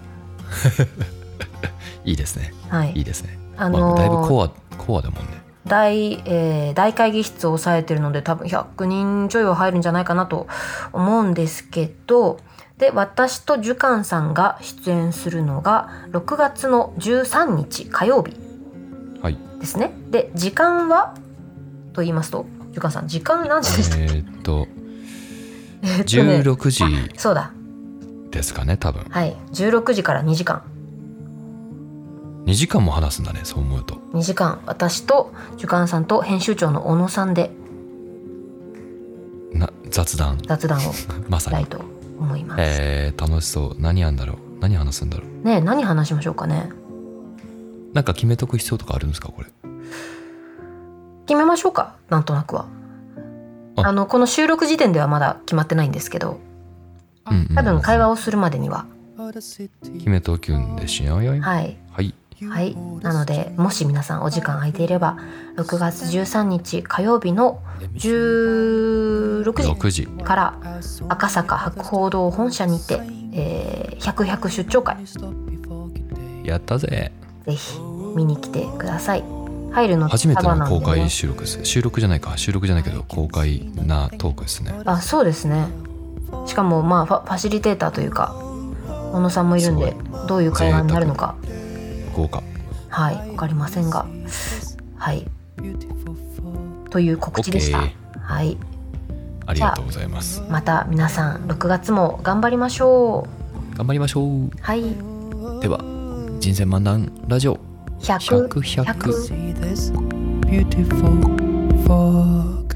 [SPEAKER 1] いいですね
[SPEAKER 3] はい
[SPEAKER 1] いいですね、
[SPEAKER 3] あのー
[SPEAKER 1] まあ、だいぶコアコアだもんね
[SPEAKER 3] 大,、えー大会議室を抑えてるので多分100人ちょいは入るんじゃないかなと思うんですけどで私とジュカンさんが出演するのが6月の13日火曜日
[SPEAKER 1] はい
[SPEAKER 3] ですねで時間はと言いますとジュカンさん時間何
[SPEAKER 1] え
[SPEAKER 3] 時でしたっけ、
[SPEAKER 1] ーっと
[SPEAKER 3] えっとね
[SPEAKER 1] 16時
[SPEAKER 3] そうだ
[SPEAKER 1] ですかね多分
[SPEAKER 3] はい16時から2時間
[SPEAKER 1] 2時間も話すんだねそう思うと
[SPEAKER 3] 2時間私とジュカンさんと編集長の小野さんで
[SPEAKER 1] な雑談
[SPEAKER 3] 雑談を
[SPEAKER 1] ま
[SPEAKER 3] し
[SPEAKER 1] さ
[SPEAKER 3] た
[SPEAKER 1] に
[SPEAKER 3] いと思います、
[SPEAKER 1] えー、楽しそう何やんだろう何話すんだろう
[SPEAKER 3] ねえ何話しましょうかね
[SPEAKER 1] なんか決めとく必要とかあるんですかこれ
[SPEAKER 3] 決めましょうかなんとなくは
[SPEAKER 1] あ
[SPEAKER 3] あのこの収録時点ではまだ決まってないんですけど
[SPEAKER 1] うんうんうん
[SPEAKER 3] 多分会話をするまでには、
[SPEAKER 1] 決めとくんでしようよい
[SPEAKER 3] はい
[SPEAKER 1] はい
[SPEAKER 3] はいなのでもし皆さんお時間空いていれば6月13日火曜日の16
[SPEAKER 1] 6
[SPEAKER 3] 時
[SPEAKER 1] 時
[SPEAKER 3] から赤坂博報堂本社にて、えー、100 100出張会
[SPEAKER 1] やったぜ
[SPEAKER 3] ぜひ見に来てください入るの
[SPEAKER 1] 初めて
[SPEAKER 3] 束
[SPEAKER 1] の
[SPEAKER 3] なんで
[SPEAKER 1] 公
[SPEAKER 3] ね
[SPEAKER 1] 開収録です収録じゃないか収録じゃないけど公開なトークですね
[SPEAKER 3] あそうですねしかもまあファファシリテーターというか小野さんもいるんですどういう会話になるのか
[SPEAKER 1] 豪華
[SPEAKER 3] はいわかりませんがはいという告知でした
[SPEAKER 1] OK
[SPEAKER 3] はい
[SPEAKER 1] ありがとうございます
[SPEAKER 3] また皆さん6月も頑張りましょ
[SPEAKER 1] 頑張りましょう
[SPEAKER 3] うはい
[SPEAKER 1] では人生漫談ラジオ
[SPEAKER 3] 100
[SPEAKER 1] 100 100
[SPEAKER 2] See this beautiful fog.